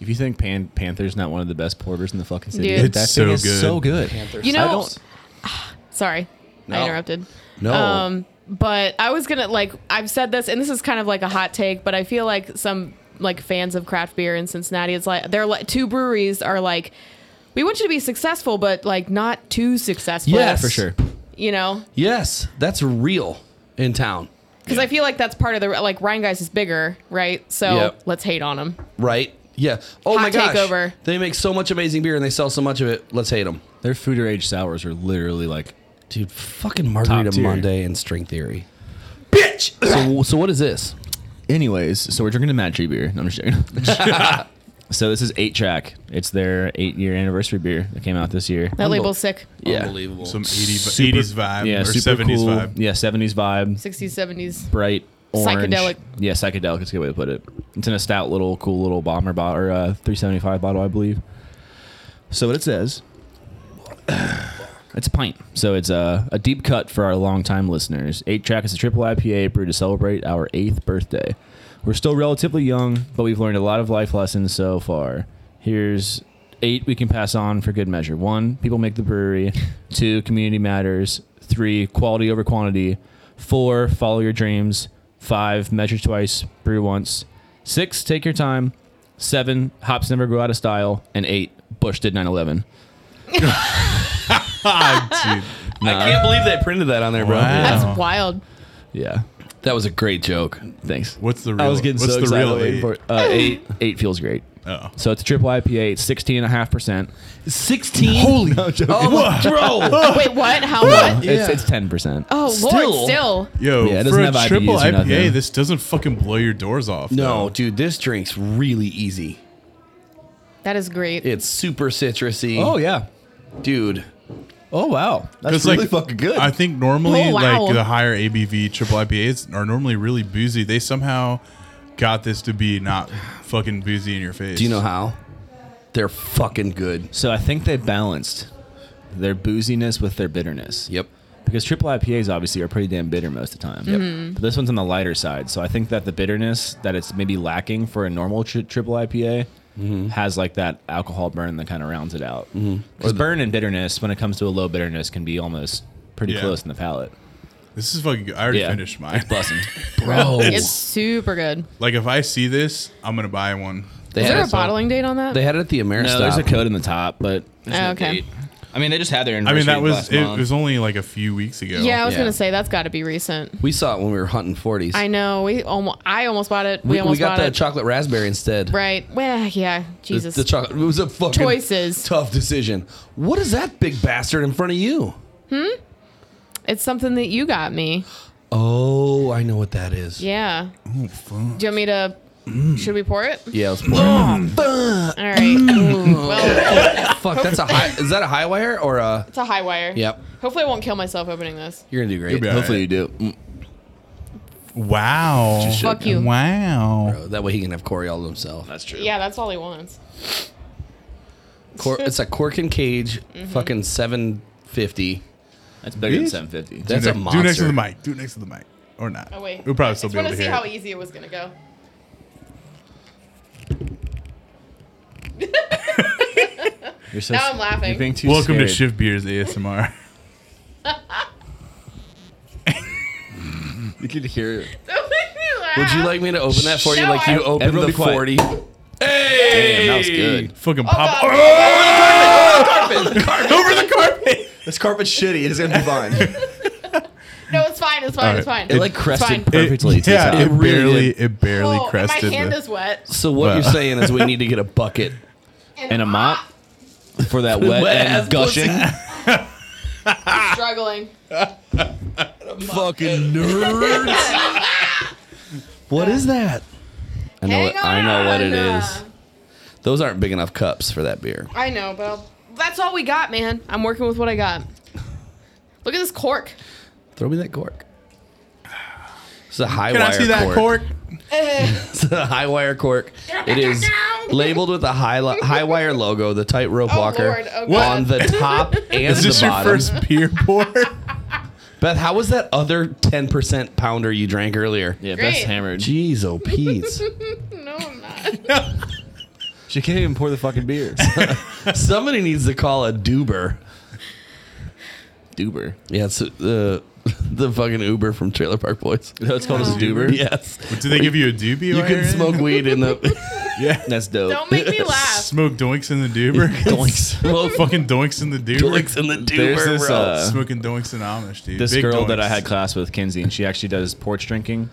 if you think Pan- Panther's not one of the best porters in the fucking city, Dude. It's that so thing is good. so good. You I know, don't- sorry, I No. interrupted. No. Um, but I was gonna like I've said this, and this is kind of like a hot take, but I feel like some like fans of craft beer in Cincinnati, it's like they're like two breweries are like, we want you to be successful, but like not too successful. Yes. for sure. You know, Yes, that's real in town. Because I feel like that's part of the like Ryan Guys is bigger, right? So Yep. let's hate on him. right? Yeah. Oh Hot my gosh. takeover. They make so much amazing beer and they sell so much of it. Let's hate them. Their food or age sours are literally like Dude, fucking Top Margarita tier. Monday and String Theory. Bitch. So, so what is this? Anyways, so we're drinking a Mad Tree beer. No, I'm just joking. so this is Eight Track. It's their eight year anniversary beer that came out this year. That label's sick. Yeah. Unbelievable. Some 80, Super- 80s vibe Yeah, or super 70s cool. vibe. Yeah, 70s vibe. 60s, 70s. Bright orange. Psychedelic. Yeah, psychedelic is a good way to put it. It's in a stout little cool little bomber bottle or uh, 375 bottle, I believe. So what it says It's a pint. So it's a, a deep cut for our longtime listeners. Eight Track is a triple IPA brewed to celebrate our eighth birthday. We're still relatively young, but we've learned a lot of life lessons so far. Here's eight we can pass on for good measure. One, people make the brewery. Two, community matters. Three, quality over quantity. Four, follow your dreams. Five, measure twice, brew once. Six, take your time. Seven, hops never go out of style. And eight, Bush did 9 11. Ah, I can't believe they printed that on there, dude. bro. That's Wow. wild. Yeah. That was a great joke. Thanks. What's the real? I was getting what's so the excited real waiting eight? for it. Uh, eight, eight feels great. Oh. So it's a triple IPA. It's 16.5%. 16. Holy. Oh, bro. Wait, what? How what? It's, it's 10%. Oh, Still- Lord, still. Yo, Yeah, it doesn't for a have IBUs triple or IPA, nothing. this doesn't fucking blow your doors off. No, though. dude, this drink's really easy. That is great. It's super citrusy. yeah. dude. Oh, wow. That's 'Cause, like, I think normally, Oh, wow. like the higher ABV triple IPAs are normally really boozy. They somehow got this to be not fucking boozy in your face. Do you know how? They're fucking good. so I think they balanced their booziness with their bitterness. Yep. Because triple IPAs obviously are pretty damn bitter most of the time. Mm-hmm. But this one's on the lighter side. So I think that the bitterness that it's maybe lacking for a normal tri- triple IPA Mm-hmm. has like that alcohol burn that kind of rounds it out. Because burn and bitterness, when it comes to a low bitterness, can be almost pretty Yeah. close in the palate. This is fucking. Good. I already Yeah. finished mine. Blessing. Bro. It's super good. Like if I see this, I'm gonna buy one. They Is had there a it- bottling date on that? They had it at the no, Ameristop. there's a code in the top, but there's Oh, okay. date. I mean, they just had their. I mean, that was last it. month. Was only like a few weeks ago. yeah, I was Yeah. gonna say that's got to be recent. we saw it when we were hunting 40s. I know. We almost. I almost bought it. We, we, we almost got bought the it. chocolate raspberry instead. right. Well, yeah. The- Jesus. The, chocolate. It was a fucking Choices. tough decision. What is that big bastard in front of you? it's something that you got me. Oh, I know what that is. Yeah. Do you want me to? Should we pour it? Oh, Mm. Yeah, Mm. let's pour it. All right. well, Fuck, that's a high. Is that a high wire or a? it's a high wire. Yep. Hopefully, I won't kill myself opening this. You're gonna do great. You'll be all Hopefully right. you do. Mm. Wow. Fuck you. Wow. Bro, that way he can have Corey all to himself. That's true. Yeah, that's all he wants. Cor- it's a cork and cage, Mm-hmm. fucking seven fifty. That's bigger Bitch. than 750. do, That's next, do a next to monster. the mic. Do next to the mic, or not? Oh wait. we'll probably still I be able to to see hear. how it. easy it was gonna go. You're so Now I'm laughing. You're being too Welcome to scared. Shift Beers ASMR. You could hear it. Don't make me laugh. Would you like me to open that for you, No, like you I- opened Everyone the be quiet. forty? Damn, that was good. Fucking Oh, pop God. over the carpet. This carpet's shitty. It's gonna be fine. No, it's fine. It's fine. It's All right. fine. It, like, crested It's fine. It, yeah, it, It really barely, it barely Oh, crested. My hand the- is wet. So what Wow. you're saying is we need to get a bucket. And a mop for that Wet wet, ass and gushing. I'm struggling. Fucking nerds. what is that? I know. Hang What, I know what it on. is. Those aren't big enough cups for that beer. I know, but I'll- that's all we got, man. I'm working with what I got. Look at this cork. Throw me that cork. It's a high Can wire I see that cork? cork. It's a high wire cork. It is labeled with a high li- high wire logo, the tight rope Oh, walker Lord. Oh, God. on the top and Is this the your bottom. first beer pour? Beth, how was that other ten percent pounder you drank earlier? Yeah, Great. Beth's hammered. She, Jeez, oh Pete's. No, I'm not. can't even pour the fucking beer. Somebody needs to call a doober. Stuber. Yeah, it's the the fucking Uber from Trailer Park Boys. That's called a Oh. Stuber. Yes, Do they give you a doobie? you can smoke weed in the Yeah. that's dope. Don't make me laugh. Smoke doinks in the doober. doinks, Well, Fucking doinks in the doober. doinks in the There's duber, this, bro. uh, Smoking doinks in Amish, dude. this Big girl that doinks. I had class with, Kinsey, and she actually does porch drinking,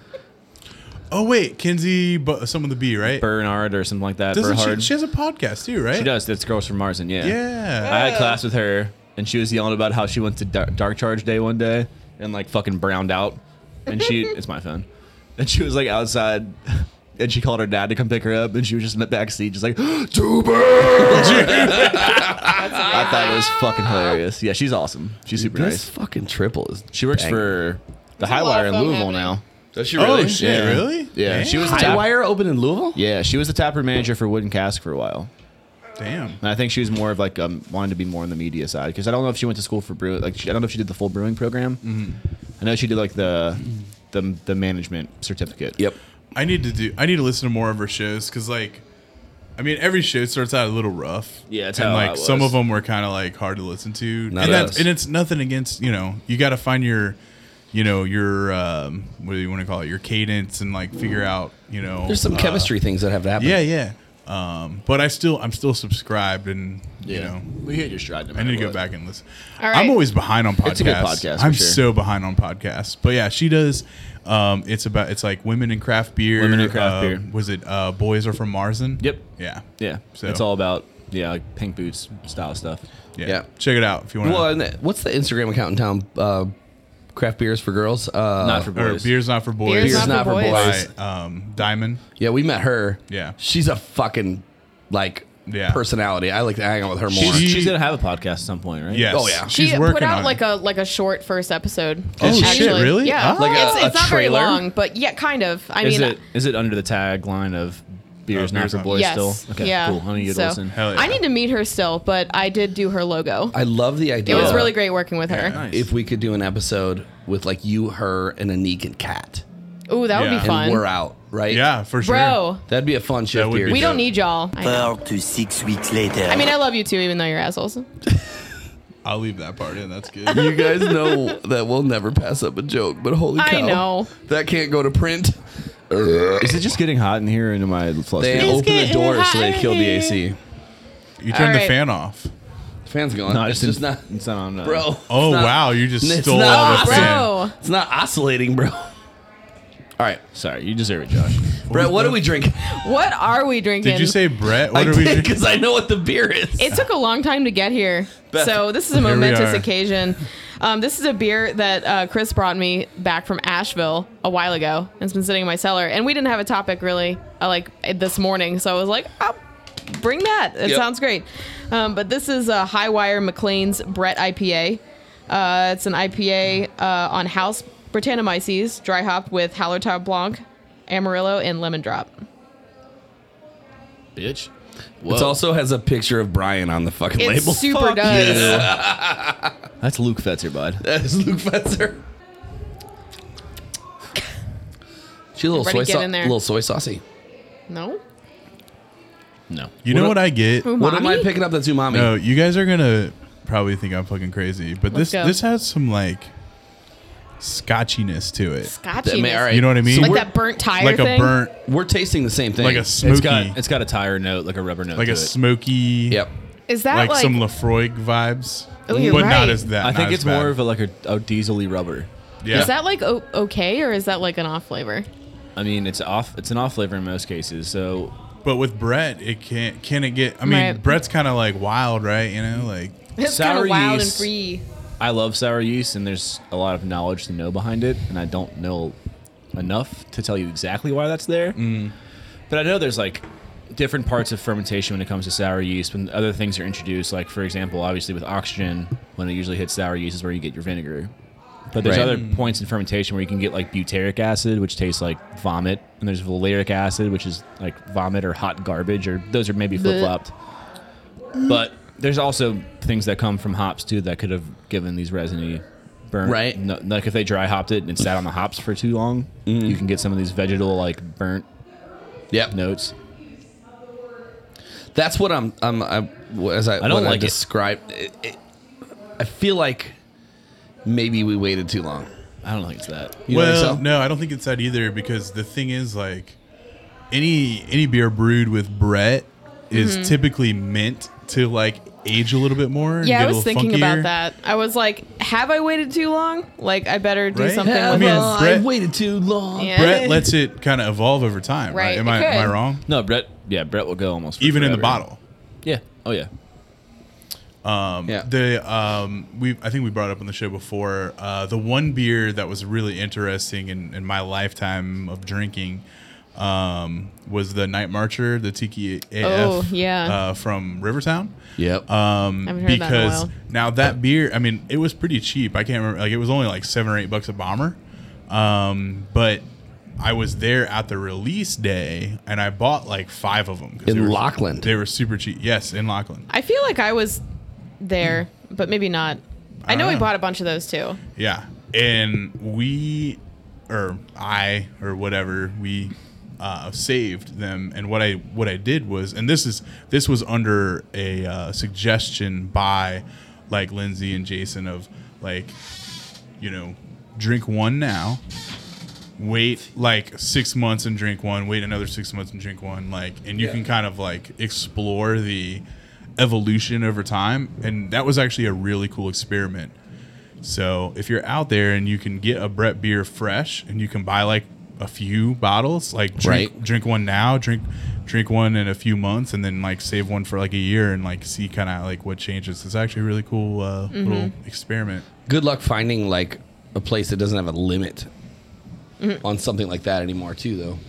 Oh wait, Kinsey, but some of the B, right? Bernard or something like that. Doesn't she, Bernhard. she has a podcast too, right? She does. That's Girls from Mars, and yeah. Yeah. I had class with her, and she was yelling about how she went to Dark, dark Charge Day one day and like fucking browned out. And she, it's my phone. And she was like outside, and she called her dad to come pick her up, and she was just in the back seat, just like Tuber. I thought it was fucking hilarious. Yeah, she's awesome. She's super This nice. fucking triple is. She works for the High lot Wire of in fun Louisville happening. now. Does she Oh shit, Yeah. really? Yeah, Damn. she was High tap- wire open in Louisville. Yeah, she was the taproom manager for Wooden Cask for a while. Damn. And I think she was more of like um, wanted to be more on the media side because I don't know if she went to school for brew. Like she, I don't know if she did the full brewing program. Mm-hmm. I know she did like the the, the management certificate. Yep. I need to do. I need to listen to more of her shows because, like, I mean, every show starts out a little rough. Yeah, that's and how like I was. some of them were kind of like hard to listen to. Not and us. and it's nothing against you know. You got to find your, you know, your um, what do you want to call it? Your cadence and like figure out you know. There's some uh, chemistry things that have to happen. Yeah, yeah. Um, but I still, I'm still subscribed, and you know, we hit your stride. I need to go back and listen. All right. I'm always behind on podcasts. It's a good podcast, for I'm sure. so behind on podcasts. But yeah, she does. Um, it's about it's like women in craft beer. Women in craft uh, beer. Was it uh, boys are from Marzen? Yep. Yeah. Yeah, So- it's all about yeah like pink boots style stuff. yeah. Yeah. Check it out if you want. Well, and th- what's the Instagram account in town? Uh, craft beers for girls. Uh, Not for or boys. beers not for boys. Beer's Beer's Not not for for boys. by um, Diamond. Yeah, we met her. Yeah. She's a fucking like Yeah. personality. I like to hang out with her more. She's, She- she's gonna have a podcast at some point, right? Yes. Oh, yeah. She She's working put out on like it. a like a short first episode. Oh, shit, really? Yeah, Ah. Like a- it's, a it's not very trailer? long, but yeah, kind of. I Is mean, it is it under the tagline of beers Uh, not Beers for Not- boys yes, still? Okay, yeah. cool. I need you to So, listen. Hell yeah. I need to meet her still, but I did do her logo. I love the it idea. was really great working with her. nice. If we could do an episode with like you, her, and Anik and Kat, Ooh, Yeah. that would And be and fun, we're out, right? Yeah, for sure. bro. that'd be a fun shift would here. be We Yeah. don't need y'all. I, know. Four to six weeks later. I mean, I love you too, even though you're assholes. I'll leave that part in. That's good. You guys know that we'll never pass up a joke, but holy I cow, know. that can't go to print. Is it just getting hot in here? Into my They flustered. opened the getting door, so hot they in killed the here. AC. You turn the right. fan off. The fan's gone. No, it's in- just not, It's not on. uh, bro. it's Oh not- wow, you just It's stole not- all the Bro. fan. Bro, it's not oscillating, bro. All right, Sorry, you deserve it, Josh. Brett, what are we drinking? what are we drinking? Did you say Brett? I What are we? did drinking? because I know what the beer is. It took a long time to get here, Beth- so this is a we momentous are. occasion. Um, this is a beer that uh, Chris brought me back from Asheville a while ago. and It's been sitting in my cellar, and we didn't have a topic really uh, like eh, this morning, so I was like, oh, "Bring that! It Yep. sounds great." Um, but this is uh, High Wire McLean's Brett IPA. Uh, it's an IPA uh, on house Britannomyces, dry hop with Hallertau Blanc, Amarillo, and lemon drop. bitch. It Oh. also uh, has a picture of Brian on the fucking It label. super Fuck does. That's Luke Fetzer, bud. That is Luke Fetzer. She's a little Everybody soy, get sau- in there. little soy saucy. No. No. You know what I get? What am I Umami? picking up that's umami? No, you guys are gonna probably think I'm fucking crazy, but this Let's go. this has some like scotchiness to it. Scotchiness. may- all right. You know what I mean? like that burnt tire like thing. a burnt, We're tasting the same thing. like a It's smoky, got it's got a tire note, like a rubber note. like to a it. smoky, yep. Is that like, like, some Lefroy vibes, Oh, you're but not right. as that. I not think as it's bad. more of a like a, a diesely rubber. yeah. Is that like o- okay or is that like an off flavor? I mean, it's off. It's an off flavor in most cases. So but with Brett, it can't. Can it get? I mean, Right. Brett's kind of like wild, right? You know, like It's Sour kind of wild yeast. and free. I love sour yeast, and there's a lot of knowledge to know behind it, and I don't know enough to tell you exactly why that's there. But I know there's like different parts of fermentation when it comes to sour yeast. When other things are introduced, like for example, obviously with oxygen, when it usually hits sour yeast is where you get your vinegar. But there's Right. other points in fermentation where you can get like butyric acid, which tastes like vomit, and there's valeric acid, which is like vomit or hot garbage, or those are maybe flip flopped. But there's also things that come from hops too that could have given these resiny burn. Right. No- like if they dry hopped it and sat on the hops for too long, you can get some of these vegetal like burnt Yep. notes. That's what I'm. I'm. I, as I, don't what I like it. describe. It, it, I feel like Maybe we waited too long. I don't think it's that. You well, don't think so? no, I don't think it's that either because the thing is like any any beer brewed with Brett Mm-hmm. is typically meant to like age a little bit more. and Yeah, get I a was little thinking funkier. about that. I was like, have I waited too long? Like, I better do Right? something. Yeah, with I mean, this. Well, Brett- I waited too long. Yeah. Brett lets it kind of evolve over time, right? Right, Am it I am I could. wrong? No, Brett. Yeah, Brett will go almost for Even in the forever. bottle. Yeah. Oh yeah. Yeah. The um, we I think we brought up on the show before uh, the one beer that was really interesting in, in my lifetime of drinking um, was the Night Marcher, the Tiki AF Oh, yeah. uh, from Rivertown. Yep. Um, haven't heard that in a because while. now that beer, I mean, it was pretty cheap. I can't remember, like it was only like seven or eight bucks a bomber. Um, but I was there at the release day, and I bought like five of them In Lachlan. They were super cheap. Yes, in Lachlan. I feel like I was there, but maybe not. I, I know don't we know. bought a bunch of those too. Yeah. And we, or I, or whatever, we uh, saved them. And what I what I did was, and this is this was under a uh, suggestion by like Lindsay and Jason of like, you know, drink one now, wait like six months and drink one, wait another six months and drink one, like, and you can kind of like explore the evolution over time. And that was actually a really cool experiment. So if you're out there and you can get a Brett beer fresh and you can buy like a few bottles, like drink, Right. drink one now, drink drink one in a few months, and then like save one for like a year and like see kind of like what changes. It's actually a really cool uh, little experiment. Good luck finding like a place that doesn't have a limit Mm-hmm. on something like that anymore, too. Though.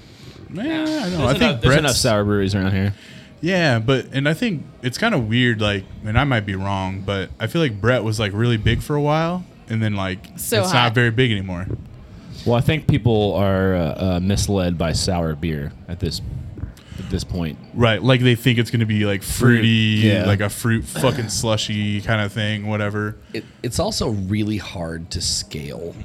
Yeah, I know. There's I enough- think there's enough Brett's sour breweries around here. Yeah, but and I think it's kind of weird. Like, and I might be wrong, but I feel like Brett was like really big for a while, and then like So it's hot. not very big anymore. Well, I think people are uh, uh, misled by sour beer at this at this point. Right, like they think it's gonna be like fruity, Fruit, yeah. like a fruit fucking slushy kind of thing, whatever. It, it's also really hard to scale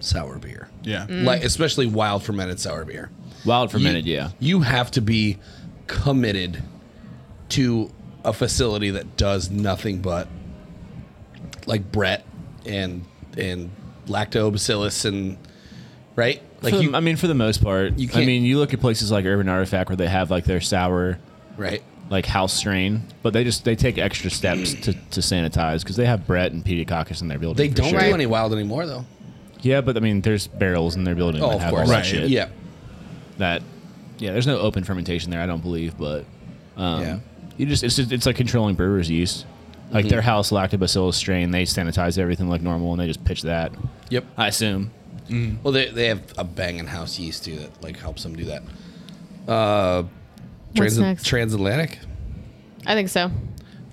sour beer, Mm-hmm. Yeah, Mm. like especially wild fermented sour beer. Wild You- fermented, yeah. You have to be committed to a facility that does nothing but like Brett and and lactobacillus and right? Like For the- you I mean, for the most part, You I can't- mean, you look at places like Urban Artifact where they have like their sour right. like house strain, but they just they take extra steps to, to sanitize because they have Brett and Pediococcus in their building. They for don't sure. do any wild anymore though. Yeah, but I mean, there's barrels in their building. Oh, that of have course. all that Right. shit. Yeah. That. Yeah, there's no open fermentation there. I don't believe, but um, Yeah. you just it's just, it's like controlling brewer's yeast. Like their house lactobacillus strain, they sanitize everything like normal, and they just pitch that. Yep. I assume. Well they, they have a banging house yeast too that like helps them do that. Uh What's transa- next? transatlantic? I think so.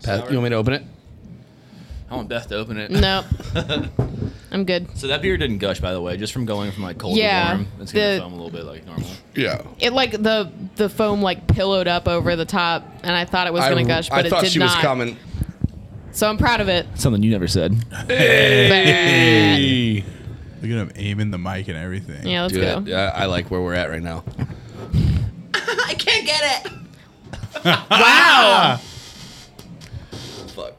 Pat, you want me to open it? I want Beth to open it. No, I'm good. So that beer didn't gush, by the way, just from going from like cold Yeah, to warm. It's gonna the- foam a little bit like normal. Yeah. It like the the foam like pillowed up over the top, and I thought it was gonna gush, but I it thought did she not. was coming. So I'm proud of it. Something you never said. Hey, look at him aiming the mic and everything. Yeah, let's Do go. it. Yeah, I like where we're at right now. I can't get it. Fuck.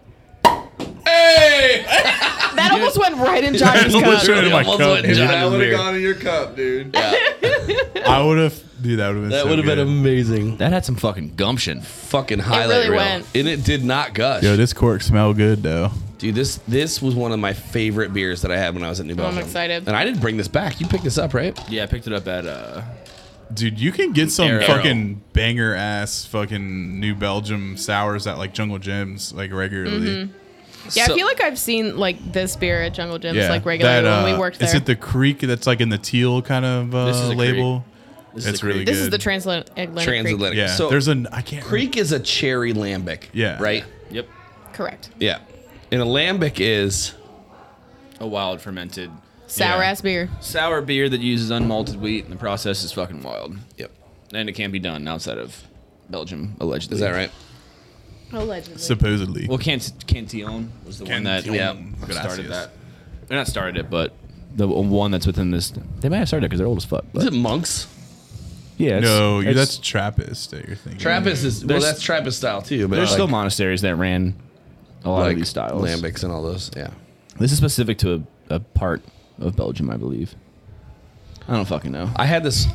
That almost went right in Josh's Almost cup. right in my cup, dude. That would have Weird. gone in your cup, dude. I would have, dude. That would have been. that so would have been good. amazing. That had some fucking gumption. Fucking highlight really reel. went. And it did not gush. Yo, this cork smell good though. dude, this this was one of my favorite beers that I had when I was at New Belgium. excited. And I didn't bring this back. You picked this up, right? Yeah, I picked it up at uh Dude, you can get some Arrow. fucking banger ass fucking New Belgium sours at like Jungle Gyms like regularly. Yeah, So- I feel like I've seen like this beer at Jungle Gyms Yeah, like regularly that, when uh, we worked there. Is it the creek that's like in the teal kind of uh, This is a creek. label? This is That's a really creek. good. this is the transatlantic. Transatlantic. yeah. So there's an I can't. Creek is a cherry lambic. Yeah. Right? Yep. Creek. Correct. Yeah. And a lambic is A wild fermented Sour Yeah. ass beer. sour beer that uses unmalted wheat and the process is fucking wild. Yep. And it can't be done outside of Belgium, allegedly. Is that right? Allegedly. Supposedly. Well Cant- Cantillon was the one that Cantillon. yeah, Gracias. started that. They're not started it, but the one that's within this they might have started it because they're old as fuck. Is But it monks? yeah, it's- no, you it's- that's Trappist that you're thinking. Trappist is well, There's- that's Trappist style too. But There's uh, like- still monasteries that ran a lot like of these styles. lambics and all those. Yeah. This is specific to a, a part of Belgium, I believe. I don't fucking know. I had this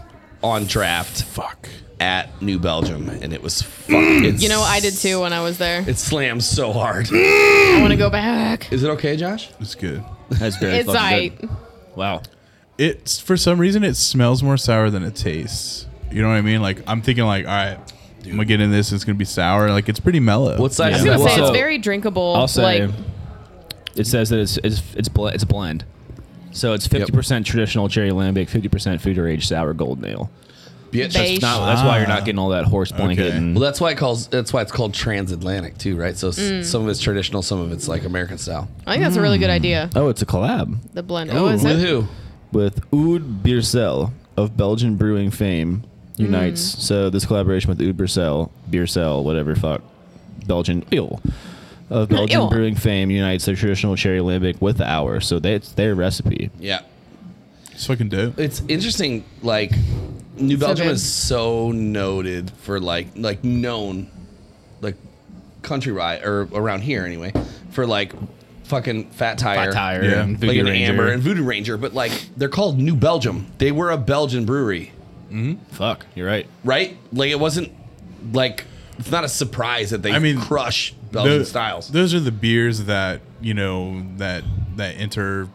on draft. Fuck. Mm. At New Belgium, and it was fucked. It's- You know, I did too when I was there. It slams so hard. I want to go back. Is it okay, Josh? It's good. That's very It's fucking like good. Wow. It's for some reason it smells more sour than it tastes. You know what I mean? Like I'm thinking like, all right, I'm gonna get in this. It's gonna be sour. Like it's pretty mellow. What size Yeah. is I was that? gonna say it's So- very drinkable. I'll say like it says that it's it's it's, bl- it's a blend. So it's 50% traditional cherry lambic, 50% future aged sour golden ale. Bitch. beige. Not, That's why you're not getting all that horse blanket. Mm-hmm. Okay. And, Well, that's why it calls. That's why it's called transatlantic too, right? So s Mm. some of it's traditional, some of it's like American style. I think that's a really good idea. oh, it's a collab The blend. Oh, is With it? who? with Oud Biercel of Belgian brewing fame unites. So this collaboration with Oud Biercel, Biercel, whatever fuck, Belgian ale of Belgian ale. brewing fame unites their traditional cherry lambic with ours. So that's their recipe. Yeah. It's fucking dope. It's interesting. Like New Belgium good. is so noted for like like known, like countrywide or around here anyway, for like fucking fat tire, Tire Yeah. and like Voodoo an Ranger. amber and Voodoo Ranger. But like they're called New Belgium. They were a Belgian brewery, Fuck, you're right. right? Like it wasn't like it's not a surprise that they I mean, crush Belgian Tho- styles. Those are the beers that you know that that enter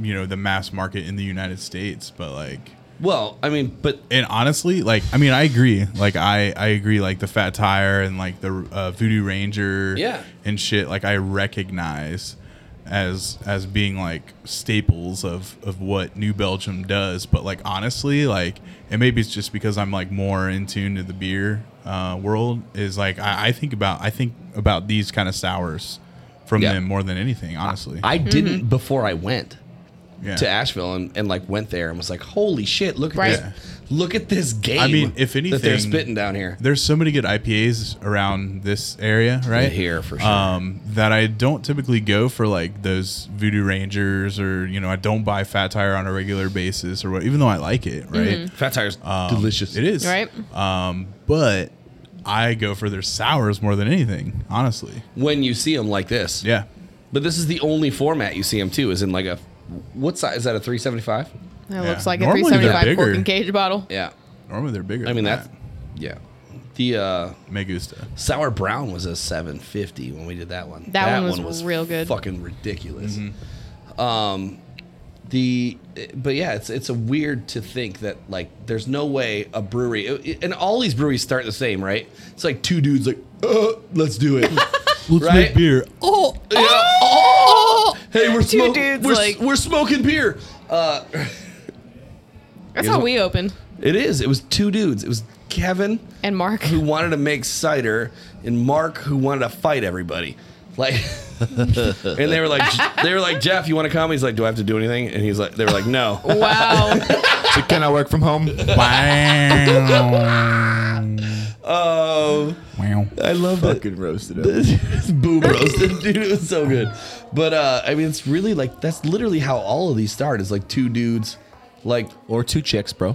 you know the mass market in the United States. But like, well, I mean, but and honestly, like I mean, I agree. Like I I agree. Like the Fat Tire and like the uh, Voodoo Ranger, Yeah. and shit. Like I recognize as as being like staples of of what New Belgium does. But like honestly, like and maybe it's just because I'm like more in tune to the beer uh, world. Is like I, I think about I think about these kind of sours from Yeah. them more than anything. Honestly, I didn't before I went. yeah. to Asheville and, and like went there and was like, holy shit, look at Right. Yeah. this, look at this game. I mean, if that they're anything- spitting down here. There's so many good IPAs around this area, right? Here, for sure. Um, that I don't typically go for like those Voodoo Rangers or you know I don't buy Fat Tire on a regular basis or what, even though I like it, right? Fat tires, Um, delicious. It is Right. Um, but I go for their sours more than anything, honestly. when you see them like this. Yeah. But this is the only format you see them too. Is in like a what size is that? A three seventy five? That Yeah. looks like a Normally they're 375 bigger. cork and cage bottle. Yeah. Normally they're bigger. I than mean that's yeah. The uh, that. Megusta. sour brown was a seven fifty when we did that one. That one was real good. Fucking ridiculous. Um, the but yeah, it's it's a weird to think that like there's no way a brewery it- it- and all these breweries start the same, right? It's like two dudes like, uh, let's do it. Let's Right? make beer. Oh, Yeah. Oh! Hey, we're Two smoking. dudes, we're, s- like- we're smoking beer. Uh, that's how we opened. it is. It was two dudes. It was Kevin And Mark, who wanted to make cider and Mark who wanted to fight everybody. Like, and they were like, they were like, Jeff, you want to come? He's like, do I have to do anything? And he's like, they were like, no. wow, So can I work from home? wow. Oh, Wow. I love that. Fucking roasted it. boom roasted, dude. It was so good. But uh, I mean, it's really like that's literally how all of these start. Is like two dudes, like Or two chicks, bro.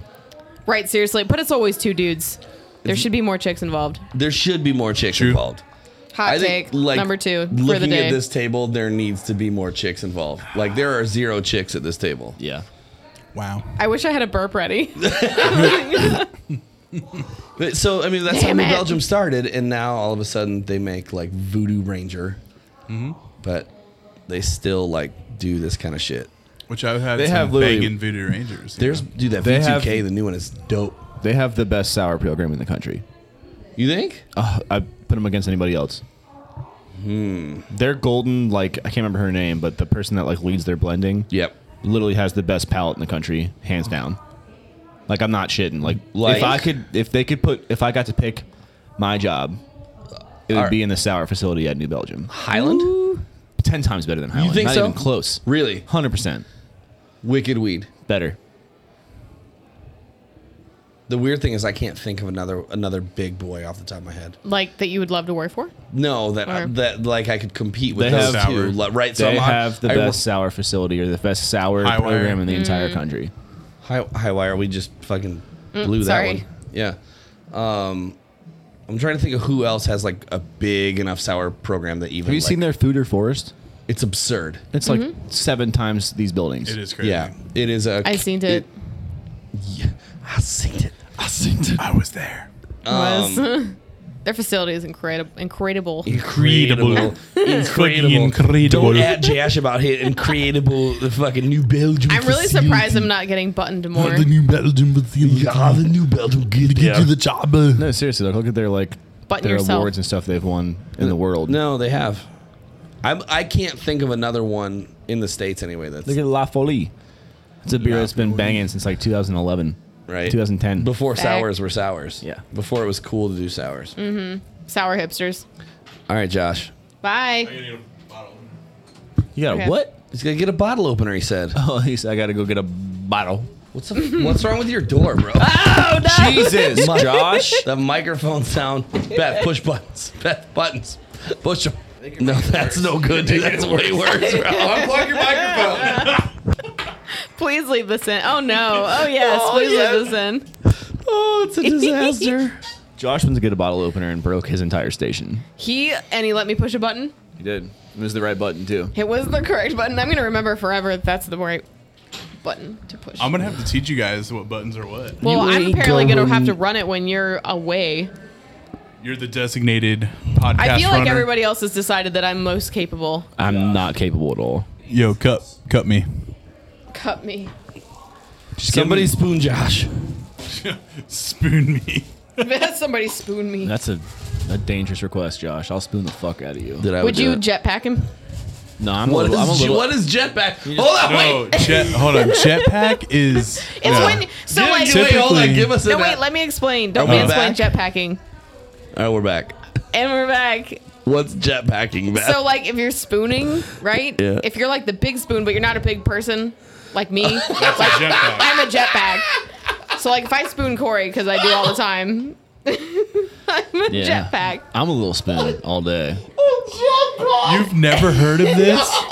right? Seriously, but it's always two dudes. There should be more chicks involved. there should be more chicks True. involved. Hot take number two Looking for the day. at this table, there needs to be more chicks involved. Like there are zero chicks at this table. Yeah. Wow. I wish I had a burp ready. But- So I mean, that's Damn how it. New Belgium started, and now all of a sudden they make like Voodoo Ranger, Mm-hmm. but they still like do this kind of shit. Which I've had They some have literally- banging Voodoo Rangers. you There's know? dude that They V2K, have- the new one is dope. They have the best sour program in the country. You think? Uh, I put them against anybody else. Hmm. They're golden. Like I can't remember her name, but the person that like leads their blending, Yep. literally has the best palate in the country, hands down. Like I'm not shitting. Like, Like- if I could, if they could put, if I got to pick my job, it would Alright. be in the sour facility at New Belgium. Highland. Ten times better than Highland. think not so? even close. Really? Hundred percent Wicked Weed. better. The weird thing is I can't think of another another big boy off the top of my head. like that you would love to work for? No, that Or- that like I could compete with They those have- two. Like, right? they I'm on- have the I- best sour facility or the best sour Highwire. program in the entire country. High, high wire. We just fucking blew that Mm, sorry. one. Yeah. Um, I'm trying to think of who else has like a big enough sour program that even. Have you like- seen their Food or Forest? It's absurd. It's like seven times these buildings. It is crazy. Yeah, it is a. I seen it. I seen it. I seen it. I was there. was. Their facility is incredible. Incredible. Incredible. incredible. Fucking incredible. Don't add Jash about his incredible the fucking New Belgium. I'm really facility. surprised I'm not getting buttoned more. new Belgium with Yeah, the New Belgium get there. job. No, seriously, like look at their like Button their yourself. awards and stuff they've won in the world. No, they have. I'm, I can't think of another one in the states anyway. That's Look at La Folie. It's a beer that's been banging since like 2011. right. 2010. Before Back. Mm. sours were sours. Yeah. Before it was cool to do sours. Sour hipsters. All right, Josh. Bye. You got Okay. a what? He's gonna get a bottle opener. He said. Oh, he said I got to go get a bottle. What's up, What's wrong with your door, bro? Jesus, Josh. the microphone sound. Beth, push buttons. Beth, buttons. Push 'em. No, that's no good, dude. That's way worse, bro. Unplug your microphone. Please leave this in. Oh no. Oh yes. Please leave this in. Oh, it's a disaster. Josh went to get a bottle opener and broke his entire station. He and he let me push a button. He did. It was the right button too. It was the correct button. I'm gonna remember forever that that's the right button to push. I'm gonna have to teach you guys what buttons are what. well, You I'm ain't apparently gonna going- have to run it when you're away. You're the designated podcast. I feel like runner. everybody else has decided that I'm most capable. I'm not capable at all. Yo, cut, cut me. Cut me. Somebody spoon Josh. Spoon me. Somebody spoon me. That's a, a dangerous request, Josh. I'll spoon the fuck out of you. Did I Would you do it. jetpack him? No, I'm What a little. I'm a is, little what is jetpack? Hold on, No, wait. jet. Hold on. Jetpack is. It's when so Dude, like wait, hold on. typically- Give us a no wait. Let me explain. Don't Are we mansplain back? jetpacking. All right, we're back. And we're back. What's jetpacking, Beth? So like if you're spooning, right? Yeah. If you're like the big spoon, but you're not a big person like me, That's a jetpack. I'm a jetpack. So like if I spoon Corey because I do all the time, I'm a Yeah. jetpack. I'm a little spoon all day. You've never heard of this?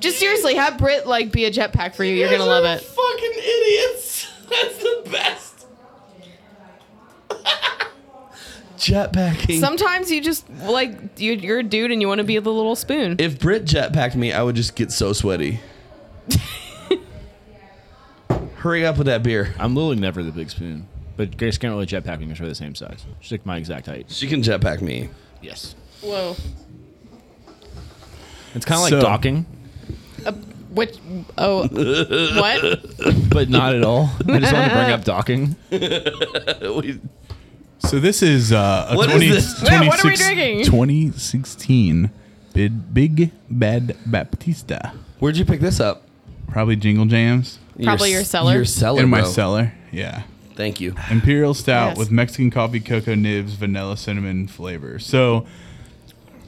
Just seriously, have Brit like be a jetpack for you. You're gonna love it. fucking idiots. That's the best. Jetpacking. Sometimes you just like you, you're a dude and you want to be the little spoon. if Brit jetpacked me, I would just get so sweaty. Hurry up with that beer. I'm literally never the big spoon. But Grace can't really jetpack me. We're the same size. She's like my exact height. She can jetpack me. Yes. Whoa. It's kind of like So- docking, What? Oh, what? but not at all. I just wanted to bring up docking. So this is uh, a What is 20, this? 26 Yeah, what are we drinking? 2016 Big, Big Bad Baptista. Where'd you pick this up? Probably Jingle Jams Probably your cellar. Your cellar. in my bro. cellar. Yeah. Thank you. Imperial stout Yes. with Mexican coffee, cocoa nibs, vanilla, cinnamon flavor. So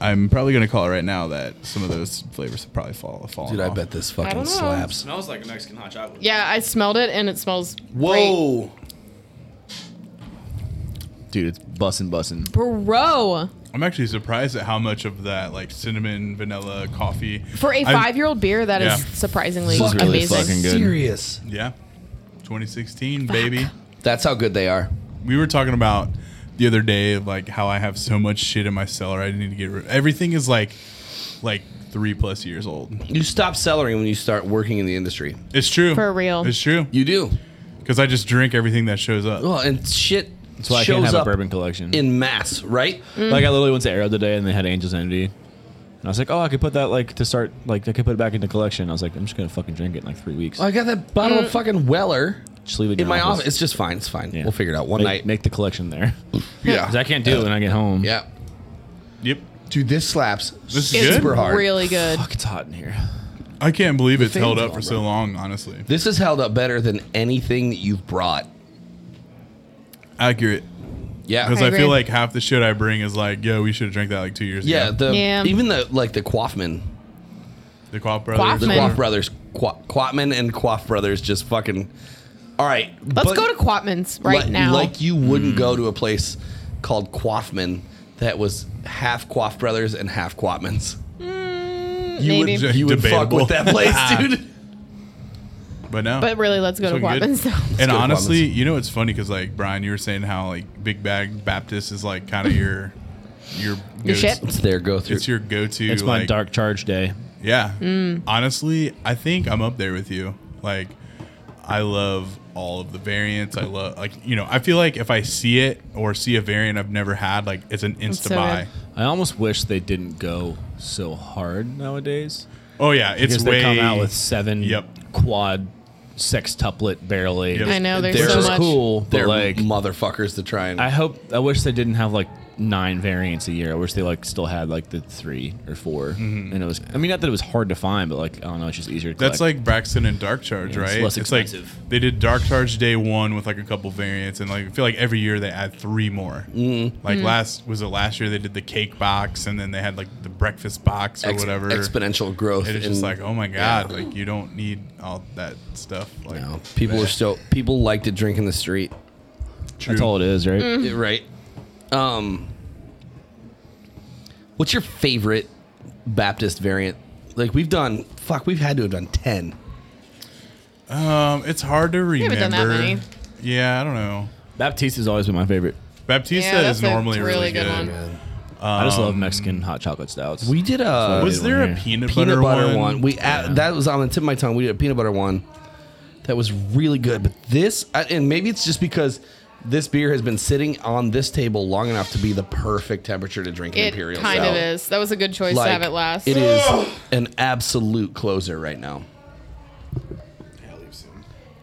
I'm probably going to call it right now that some of those flavors have probably fall, fallen Dude, I off. bet this I fucking don't know. slaps. Smells like a Mexican hot chocolate. Yeah, I smelled it and it smells. great. Whoa. Dude, it's bussin' bussin'. bro! I'm actually surprised at how much of that like cinnamon, vanilla, coffee. For a I'm- five-year-old beer, that is Yeah. surprisingly This is really amazing. fucking good. Serious. Yeah. 2016, baby. That's how good they are. we were talking about the other day of like how I have so much shit in my cellar. I need to get rid. Everything is like like three plus years old. You stop cellaring when you start working in the industry. It's true For real. It's true You do. because I just drink everything that shows up. Well, and shit That's why I can't shows have up a bourbon collection. in mass, right? Like I literally went to Arrow today and they had Angel's Envy. And I was like, oh, I could put that like to start, like I could put it back into collection. I was like, I'm just gonna fucking drink it in like three weeks. I got that bottle Mm. of fucking Weller just leave it in my office. office. It's just fine. It's fine. Yeah. We'll figure it out one make, night. Make the collection there. yeah. 'Cause I can't do it when I get home. yeah. Yep, Dude, this slaps This is super good? hard. Really good. Fuck, it's hot in here. I can't believe it's fan's held up on, for so bro. long. Honestly, This is held up better than anything that you've brought. accurate Yeah. because I I, agree. feel like half the shit I bring is like, yo, we should have drank that like two years Yeah, ago. the Yeah. even the like the Quaffman, Yeah, the Quap brothers. the Man. Quaff brothers, Qua- Quaffman and Quaff brothers just fucking. All right, Let's but- go to Quatman's right like, now. Like you wouldn't go to a place called Quaffman that was half Quaff brothers and half Quaffmans. you maybe. would you would fuck Debatable. with that place, dude. But no, But really, let's go It's to looking good. Quatman's. though. and go to honestly, Quapman's. you know it's funny because like Brian, you were saying how like Big Bag Baptist is like kind of your your go- Your shit? It's their go through. It's your go-to. It's my like- dark charge day. Yeah. Mm. Honestly, I think I'm up there with you. Like, I love all of the variants. I love, like, you know, I feel like if I see it or see a variant I've never had, like, it's an insta so buy. good. I almost wish they didn't go so hard nowadays. Oh yeah, it's Because way. they come out with seven Yep. quad sextuplet barrel aids. Yep. I know there's Which so is much. cool, but They're like motherfuckers to try and. I hope I wish they didn't have like nine variants a year. I wish they like still had like the three or 4 And it was I mean not that it was hard to find, but like I don't know, it's just easier to Mm-hmm. That's collect. like Braxton and Dark Charge, Yeah, it's right? less like expensive. they did Dark Charge day one with like a couple variants, and like I feel like every year they add three more. Mm-hmm. Mm. Like last was it last year they did the cake box, and then they had like the breakfast box or ex- whatever. exponential growth. It is in- just like, oh my god, like you don't need all that stuff. Like No, people are still people like to drink in the street, That's all it is, right? Mm-hmm. Yeah, right? Um, what's your favorite Baptist variant? Like we've done, fuck, we've had to have done ten. Um, it's hard to remember. haven't done that many. Yeah, I don't know. Baptiste has always been my favorite. Baptista Yeah, that's is a normally really really, good good. one. I Um, just love Mexican hot chocolate stouts. We did a Was there a Yeah. peanut, peanut butter, one? We at, that was on the tip of my tongue. We did a peanut butter one that was really good, but this I- and maybe it's just because this beer has been sitting on this table long enough to be the perfect temperature to drink an It imperial. kind of stout. is. That was a good choice Like, to have it last. It is an absolute closer right now.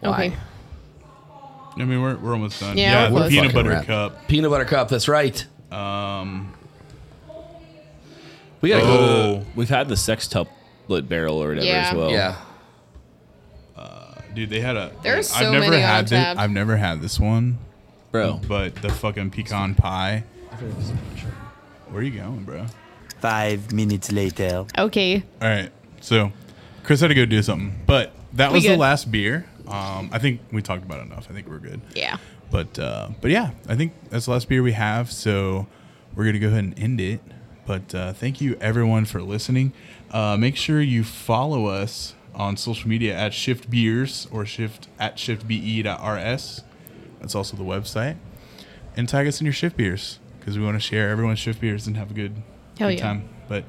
Okay. I mean, we're, we're almost done. Yeah, we're the close. peanut Fucking butter wrap. cup. Peanut butter cup. That's right. Um, we gotta go. Oh, We've had the sextuplet barrel or whatever Yeah. as well. To, yeah, dude, they had a. There's so I've never many on had this. tap. I've never had this one, Bro. but the fucking pecan pie. Where are you going, bro? All Five minutes later. Okay. right, so Chris had to go do something, but that was the good. last beer. Um, I think we talked about it enough. I think we're good. Yeah. But uh, but yeah, I think that's the last beer we have. So we're gonna go ahead and end it. But uh, thank you everyone for listening. Uh, make sure you follow us on social media at Shift Beers or Shift at shiftbe.rs. That's also the website. And tag us in your shift beers because we want to share everyone's shift beers and have a good, Hell good yeah. time. But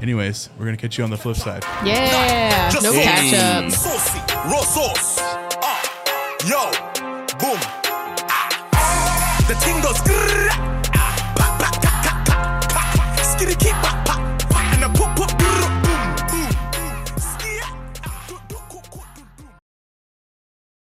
anyways, we're gonna catch you on the flip side. Yeah. No catch up. Saucy, raw sauce. ah. Uh, yo, boom. Ah. The thing goes. grrrr.